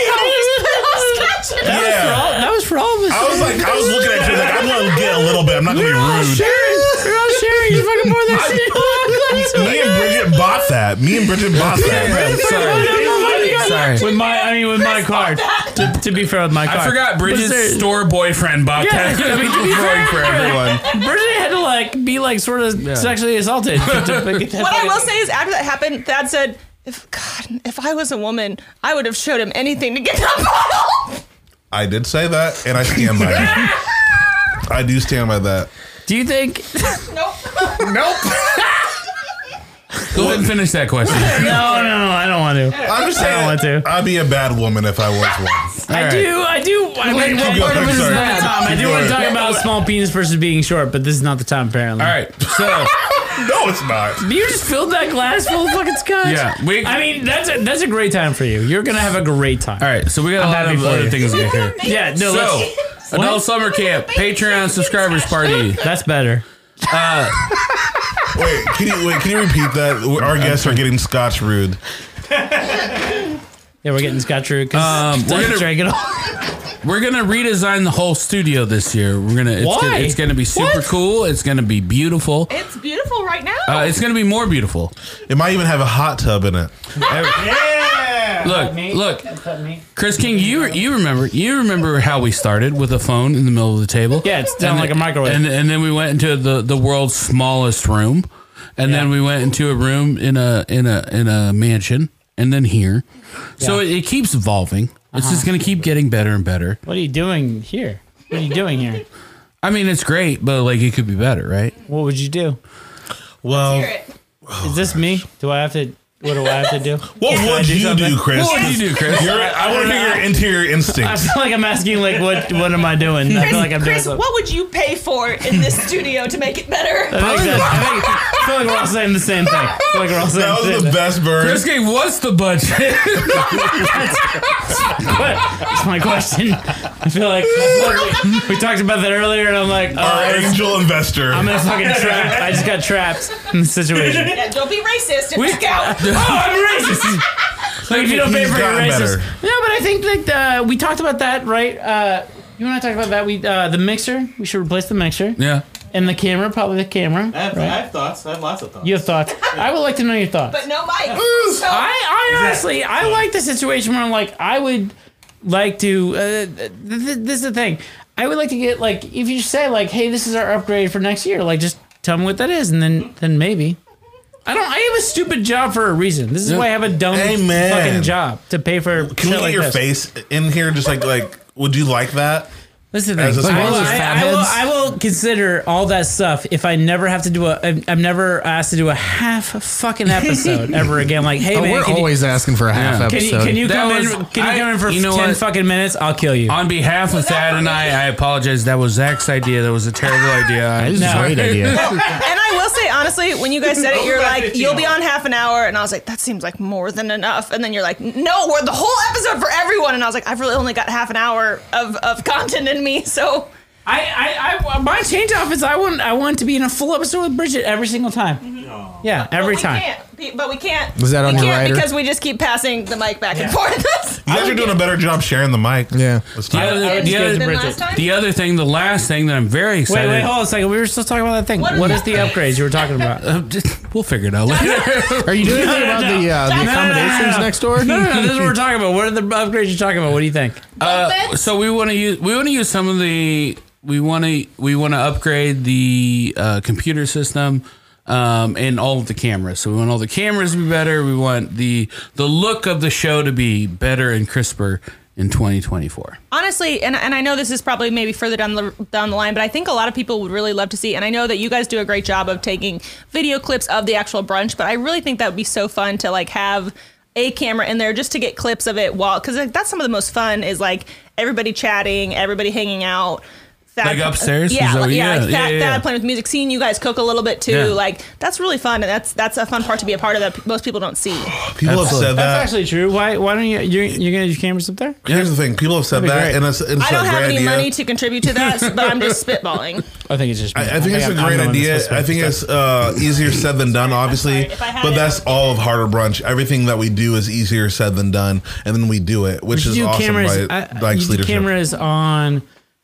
Speaker 2: Yeah.
Speaker 6: That was for all of us.
Speaker 2: I was like, I was looking at you like, I'm going to get a little bit. I'm not going to be rude.
Speaker 6: sharing. We're all sharing. You fucking pour that
Speaker 2: Me
Speaker 6: shit.
Speaker 2: and Bridget bought that. Me and Bridget bought
Speaker 1: Yeah,
Speaker 2: that.
Speaker 1: sorry. Sorry.
Speaker 6: With my, I mean, with my card. To, to be fair, with my card.
Speaker 1: I forgot
Speaker 6: But
Speaker 1: Bridget's
Speaker 6: there-
Speaker 1: store boyfriend bought
Speaker 6: Yeah,
Speaker 1: that.
Speaker 6: I mean, to be fair,
Speaker 1: for everyone.
Speaker 6: Bridget had to like be like sort of sexually assaulted.
Speaker 7: What I will say is, after that happened, Thad said, "If God, if I was a woman, I would have showed him anything to get that bottle."
Speaker 2: I did say that, and I stand by it. I do stand by that.
Speaker 6: Do you think?
Speaker 7: Nope.
Speaker 1: Go ahead and finish that question.
Speaker 6: No, no, no. I don't want to.
Speaker 2: I'm just saying,
Speaker 6: I don't want to.
Speaker 2: I'd be a bad woman if I was one.
Speaker 6: I
Speaker 1: All right.
Speaker 6: do. I do. I
Speaker 2: keep
Speaker 6: mean, what
Speaker 2: going,
Speaker 6: part of it is
Speaker 2: sorry.
Speaker 6: that? Tom, I
Speaker 2: Keep
Speaker 6: do want to
Speaker 2: going.
Speaker 6: talk about small penis versus being short, but this is not the time apparently.
Speaker 1: All right. So,
Speaker 2: No, it's not.
Speaker 6: You just filled that glass full of fucking scotch.
Speaker 1: Yeah, we-
Speaker 6: I mean, that's a, that's a great time for you. You're gonna have a great time.
Speaker 1: all right. So we got
Speaker 6: I'm
Speaker 1: a lot
Speaker 6: happy
Speaker 1: of
Speaker 6: for
Speaker 1: other
Speaker 6: you.
Speaker 1: things to get here.
Speaker 6: Yeah. No.
Speaker 1: So,
Speaker 6: let's-
Speaker 1: adult summer camp, Patreon subscribers party.
Speaker 6: that's better.
Speaker 2: Wait, can you wait? Can you repeat that? Our guests are getting scotch rude.
Speaker 6: Yeah, we're getting scotch root.
Speaker 1: Um,
Speaker 6: Um,
Speaker 1: we're gonna-
Speaker 6: drink it all.
Speaker 1: We're gonna redesign the whole studio this year. We're gonna. It's
Speaker 6: Why?
Speaker 1: Gonna, it's gonna be super
Speaker 6: What?
Speaker 1: cool. It's gonna be beautiful.
Speaker 7: It's beautiful right now.
Speaker 1: Uh, it's gonna be more beautiful.
Speaker 2: It might even have a hot tub in it.
Speaker 1: Look, look, Chris King, you you remember you remember how we started with a phone in the middle of the table?
Speaker 6: Yeah, it's down
Speaker 1: And
Speaker 6: like a
Speaker 1: then-
Speaker 6: microwave.
Speaker 1: And and then we went into the the world's smallest room, and then we went into a room in a in a in a mansion, and then here. So it, it keeps evolving.
Speaker 6: Uh-huh.
Speaker 1: It's just gonna keep getting better and better.
Speaker 6: What are you doing here? What are you doing here?
Speaker 1: I mean, it's great, but like it could be better, right?
Speaker 6: What would you do?
Speaker 2: Well,
Speaker 6: Is this me? Do I have to? What do I have to do?
Speaker 2: what would
Speaker 6: do
Speaker 2: you
Speaker 6: something?
Speaker 2: do, Chris?
Speaker 1: What would you do, Chris?
Speaker 2: You're, I want to hear your interior
Speaker 6: I
Speaker 2: instincts.
Speaker 6: feel like I'm asking like what what am I doing? I
Speaker 7: Chris,
Speaker 6: feel like I'm
Speaker 7: Chris
Speaker 6: doing
Speaker 7: what would you pay for in this studio to make it better?
Speaker 6: I, think that, I, think, I feel like we're all saying the same thing. I feel like we're all saying
Speaker 2: That
Speaker 6: the
Speaker 2: was
Speaker 6: same
Speaker 2: the
Speaker 6: thing.
Speaker 2: best bird.
Speaker 1: Chris King, what's the budget?
Speaker 6: That's my question. I feel like, I feel like we, we talked about that earlier, and I'm
Speaker 2: Our
Speaker 6: like, oh,
Speaker 2: angel investor.
Speaker 6: I'm in a fucking trap. I just got trapped in the situation.
Speaker 7: yeah, don't be racist and back out.
Speaker 6: Oh, I'm racist. Like if you don't pay
Speaker 2: He's
Speaker 6: for your
Speaker 2: gotten better.
Speaker 6: racist. No, but I think like uh, we talked about that, right? Uh, you want to talk about that? We uh, the mixer. We should replace the mixer.
Speaker 1: yeah.
Speaker 6: and the camera, probably the camera.
Speaker 16: I have,
Speaker 6: right?
Speaker 16: I have thoughts. I have lots of thoughts.
Speaker 6: You have thoughts. I would like to know your thoughts.
Speaker 7: But no mic. So-
Speaker 6: I, I honestly, I like the situation where I'm like, I would like to. Uh, th- th- this is the thing. I would like to get like, if you say like, hey, this is our upgrade for next year, like, just tell me what that is, and then then maybe. I don't. I have a stupid job for a reason. This is why I have a dumb
Speaker 2: Amen.
Speaker 6: fucking job to pay for.
Speaker 2: Can we get your face in here? Just like like, would you like that?
Speaker 6: Listen,
Speaker 2: As a
Speaker 6: I, will,
Speaker 2: sponsor?
Speaker 6: I, I will, I will consider all that stuff if I never have to do a. I'm, I'm never asked to do a half fucking episode ever again. Like, hey
Speaker 8: Oh,
Speaker 6: man,
Speaker 8: we're
Speaker 6: can you-
Speaker 8: always asking for a half
Speaker 6: Can you,
Speaker 8: episode.
Speaker 6: can you
Speaker 1: That
Speaker 6: come
Speaker 1: was-
Speaker 6: in? Can you
Speaker 1: I-
Speaker 6: come in for
Speaker 1: you know
Speaker 6: ten
Speaker 1: what?
Speaker 6: fucking minutes? I'll kill you.
Speaker 1: On behalf of Thad and I, I apologize. That was Zach's idea. That was a terrible idea. That
Speaker 8: was a No. great idea.
Speaker 7: and I will say honestly, when you guys said it, you're
Speaker 16: About
Speaker 7: like,
Speaker 16: 15
Speaker 7: "You'll be on half an hour," and I was like, "That seems like more than enough." And then you're like, "No, we're the whole episode for everyone," and I was like, "I've really only got half an hour of, of content in me." So
Speaker 6: I, I, I, my change off is I want, I want to be in a full episode with Bridget every single time. Yeah, every time.
Speaker 7: can't, be- but we can't.
Speaker 6: Was that
Speaker 7: we
Speaker 6: on your
Speaker 7: can't
Speaker 6: rider?
Speaker 7: Because we just keep passing the mic back and forth.
Speaker 2: You guys are doing a better job sharing the mic.
Speaker 8: Yeah.
Speaker 1: The other, the,
Speaker 7: Than
Speaker 1: other,
Speaker 7: last time?
Speaker 1: the other thing, the last thing that I'm very
Speaker 6: Wait,
Speaker 1: excited.
Speaker 6: wait, hold on a second. We were still talking about that thing.
Speaker 1: What is
Speaker 6: what is
Speaker 1: that
Speaker 6: the upgrades you were talking about?
Speaker 1: Uh, just- we'll figure it out later.
Speaker 8: Are you doing anything about the uh, the accommodations next door?
Speaker 6: No, no, no. This is what we're talking about. What are the upgrades you're talking about? What do you think?
Speaker 1: Uh, so we want to use we want to use some of the we want to we want to upgrade the uh, computer system um, and all of the cameras. So we want all the cameras to be better. We want the the look of the show to be better and crisper in 2024.
Speaker 7: Honestly, and, and I know this is probably maybe further down the down the line, but I think a lot of people would really love to see. And I know that you guys do a great job of taking video clips of the actual brunch, but I really think that would be so fun to like have a camera in there just to get clips of it while because like, that's some of the most fun is like everybody chatting, everybody hanging out. Thad-
Speaker 1: Like upstairs? Is
Speaker 7: yeah,
Speaker 1: that
Speaker 7: like-
Speaker 1: what-
Speaker 7: yeah,
Speaker 1: yeah,
Speaker 7: like
Speaker 1: yeah,
Speaker 7: Thad-
Speaker 1: yeah, yeah.
Speaker 7: Thad playing with music, seeing you guys cook a little bit too,
Speaker 1: Yeah.
Speaker 7: like that's really fun, and that's that's a fun part to be a part of that most people don't see.
Speaker 2: People have said
Speaker 6: That's
Speaker 2: that.
Speaker 6: actually true. Why? Why don't you? You're, you're gonna have your cameras up there?
Speaker 2: Here's the thing: people have said
Speaker 6: That'd be
Speaker 2: that,
Speaker 6: great.
Speaker 2: and it's, it's
Speaker 7: I
Speaker 2: a
Speaker 7: don't
Speaker 2: great
Speaker 7: have any
Speaker 2: idea.
Speaker 7: money to contribute to that, but I'm just spitballing.
Speaker 6: I think it's just.
Speaker 2: I, I think it's a great idea. I think it's uh, easier said than done, obviously.
Speaker 7: had
Speaker 2: But
Speaker 7: it,
Speaker 2: that's all of Harder Brunch. Everything that we do is easier said than done, and then we do it, which
Speaker 6: You
Speaker 2: is
Speaker 6: do
Speaker 2: awesome.
Speaker 6: cameras.
Speaker 2: Cameras,
Speaker 6: I- I-
Speaker 2: Dyke's
Speaker 6: you do
Speaker 2: leadership.
Speaker 6: cameras on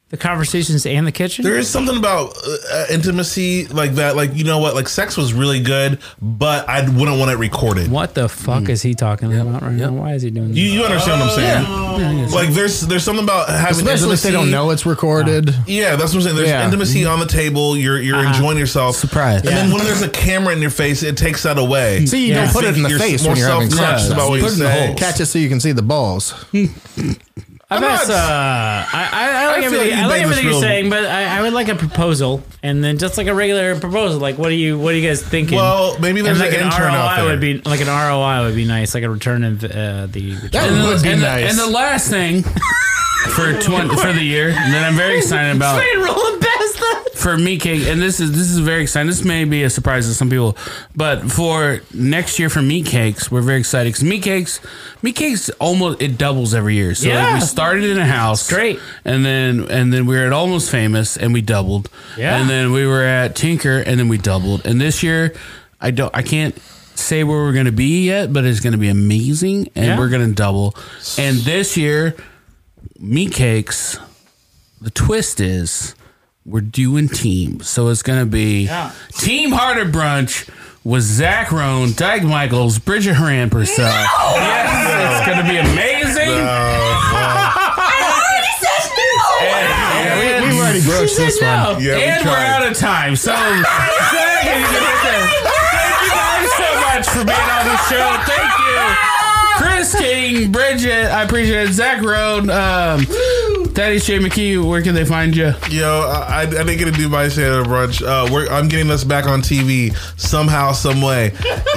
Speaker 6: the conversations and the kitchen.
Speaker 2: There is something about uh, uh, intimacy like that. Like you know what? Like sex was really good, but I wouldn't want it recorded.
Speaker 6: What the fuck is he talking about right now? Why is he doing?
Speaker 2: Mm. You, you understand what I'm saying?
Speaker 6: Oh. Yeah.
Speaker 2: Like there's there's something about having
Speaker 8: Especially if
Speaker 2: intimacy.
Speaker 8: they don't know it's recorded.
Speaker 2: Yeah, that's what I'm saying. There's
Speaker 8: Yeah. Mm-hmm. Uh-huh.
Speaker 2: intimacy on the table. You're you're enjoying yourself.
Speaker 1: Surprise.
Speaker 2: And then when there's a camera in your face, it takes that away.
Speaker 8: See, you
Speaker 2: Yeah.
Speaker 8: don't put it in the
Speaker 2: You're
Speaker 8: face
Speaker 2: more
Speaker 8: when you're having
Speaker 2: self-conscious
Speaker 8: sex.
Speaker 2: about what you
Speaker 8: put it in the
Speaker 2: say.
Speaker 8: hole. Catch it so you can see the balls.
Speaker 6: I guess, uh, I, I, I like
Speaker 8: I feel
Speaker 6: everything,
Speaker 8: like you
Speaker 6: I like
Speaker 8: made
Speaker 6: everything
Speaker 8: this
Speaker 6: you're
Speaker 8: real-
Speaker 6: saying, but I, I would like a proposal, and then just like a regular proposal. Like, what do you, what are you guys thinking?
Speaker 2: Well, maybe
Speaker 6: And
Speaker 2: there's
Speaker 6: like
Speaker 2: an intern
Speaker 6: ROI
Speaker 2: out there.
Speaker 6: would be like an ROI would be nice, like a return of uh, the. Return.
Speaker 1: and the, and the- and the last thing for 20, for the year that I'm very excited about
Speaker 6: rolling past
Speaker 1: for me, King, and this is this is very exciting. This may be a surprise to some people, but for next year for meat cakes, we're very excited because meat cakes, meat cakes almost it doubles every year. So like
Speaker 6: Yeah.
Speaker 1: we started in a house,
Speaker 6: great,
Speaker 1: and then and then we were at almost famous, and we doubled,
Speaker 6: Yeah.
Speaker 1: and then we were at Tinker, and then we doubled, and this year, I don't, I can't. Say where we're going to be yet, but it's going to be amazing, and
Speaker 6: Yeah.
Speaker 1: we're going to double. And this year, meat cakes the twist is we're doing teams. So it's going to be Team Harder Brunch with Zach Rohn, Dyke Michaels, Bridget Haran Purcell. Yes, it's going to be amazing.
Speaker 2: Uh,
Speaker 8: we already broached this one.
Speaker 2: Yeah,
Speaker 1: and
Speaker 2: we
Speaker 1: we are
Speaker 2: tried.
Speaker 1: out of time. So, Zach, you get there. thank you guys so much for being on the show. Thank you. Chris King, Bridget, I appreciate it. Zach Rohn, um, Daddy's Jay McKee, where can they find you?
Speaker 2: Yo, I, I I didn't get to do my shit at a brunch. Uh, we're, I'm getting us back on TV somehow, some way,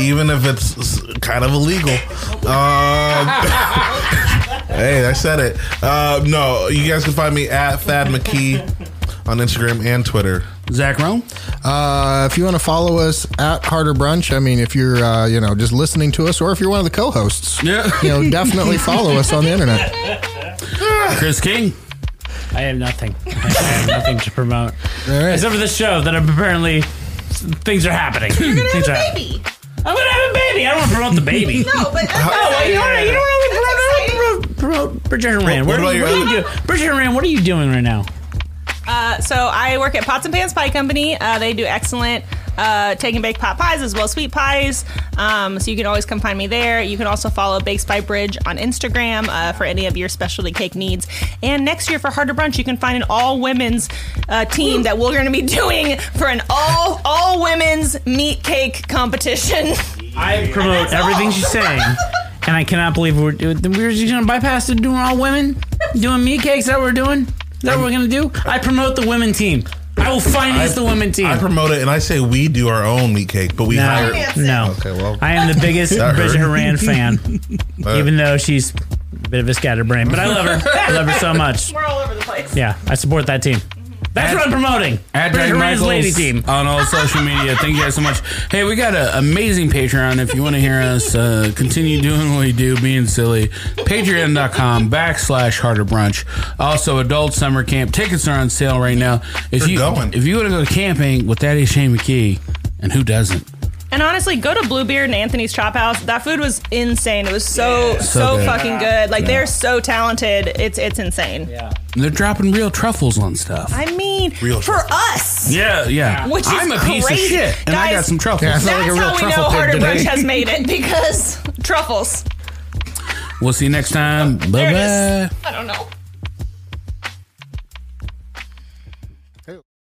Speaker 2: even if it's s- kind of illegal. Um, hey, I said it. Uh, no, you guys can find me at Thad McKee on Instagram and Twitter.
Speaker 1: Zach Rome.
Speaker 8: Uh, if you want to follow us at Harder Brunch, I mean, if you're uh, you know just listening to us, or if you're one of the co-hosts,
Speaker 1: Yeah.
Speaker 8: you know, definitely follow us on the internet.
Speaker 1: Chris King.
Speaker 6: I have nothing. I have nothing to promote
Speaker 8: All right.
Speaker 6: except for the show that I'm apparently things are happening. things are happening.
Speaker 7: Baby.
Speaker 6: I'm gonna have a baby. I don't want to promote the baby.
Speaker 7: No, but
Speaker 6: Oh, well, you don't, you don't really promote, promote, promote Bridget Rand.
Speaker 2: What
Speaker 6: What,
Speaker 2: about
Speaker 6: are you-
Speaker 2: your
Speaker 6: what are
Speaker 2: other-
Speaker 6: you doing? Bridget Rand, what are you doing right now?
Speaker 7: Uh, so I work at Pots and Pans Pie Company. Uh, they do excellent uh, take and bake pot pies as well as sweet pies. Um, so you can always come find me there. You can also follow Bakes by Bridge on Instagram uh, for any of your specialty cake needs. And next year for Harder Brunch, you can find an all women's uh, team that we're going to be doing for an all all women's meat cake competition.
Speaker 6: I promote everything she's saying. And I cannot believe we're doing. We're just gonna bypass it doing all women, doing meat cakes. That we're doing. Is that what we're gonna do? I promote the women team. I will finance the women team.
Speaker 2: I promote it, and I say we do our own meat cake, but we
Speaker 6: No.
Speaker 2: hire.
Speaker 6: No.
Speaker 2: Okay, well,
Speaker 6: I am the biggest
Speaker 2: That hurt.
Speaker 6: Bridget Haran fan, even though she's a bit of a scatterbrain. But I love her. I love her so much.
Speaker 7: We're all over the place.
Speaker 6: Yeah, I support that team. That's what I'm promoting.
Speaker 1: At
Speaker 6: Bridget
Speaker 1: Drag
Speaker 6: Haran's
Speaker 1: Michaels
Speaker 6: lady team.
Speaker 1: on all social media. Thank you guys so much. Hey, we got an amazing Patreon. If you want to hear us uh, continue doing what we do, being silly, patreon.com backslash harder brunch. Also, adult summer camp tickets are on sale right now. If you if you want to go camping with Daddy Shane McKee, and who doesn't?
Speaker 7: And honestly, go to Bluebeard and Anthony's Chop House. That food was insane. It was so
Speaker 1: So
Speaker 7: so,
Speaker 1: good.
Speaker 7: fucking good. Like
Speaker 1: Yeah.
Speaker 7: they're so talented. It's it's insane. Yeah.
Speaker 1: And they're dropping real truffles on stuff.
Speaker 7: I mean,
Speaker 1: Real
Speaker 7: for us.
Speaker 1: Yeah, yeah.
Speaker 7: Which is
Speaker 1: I'm a piece of
Speaker 7: crazy.
Speaker 1: shit, and I
Speaker 7: Guys,
Speaker 1: got some truffles.
Speaker 7: That's how we know Harder Brunch has made it because truffles.
Speaker 1: We'll see you next time. Bye bye.
Speaker 7: I don't know.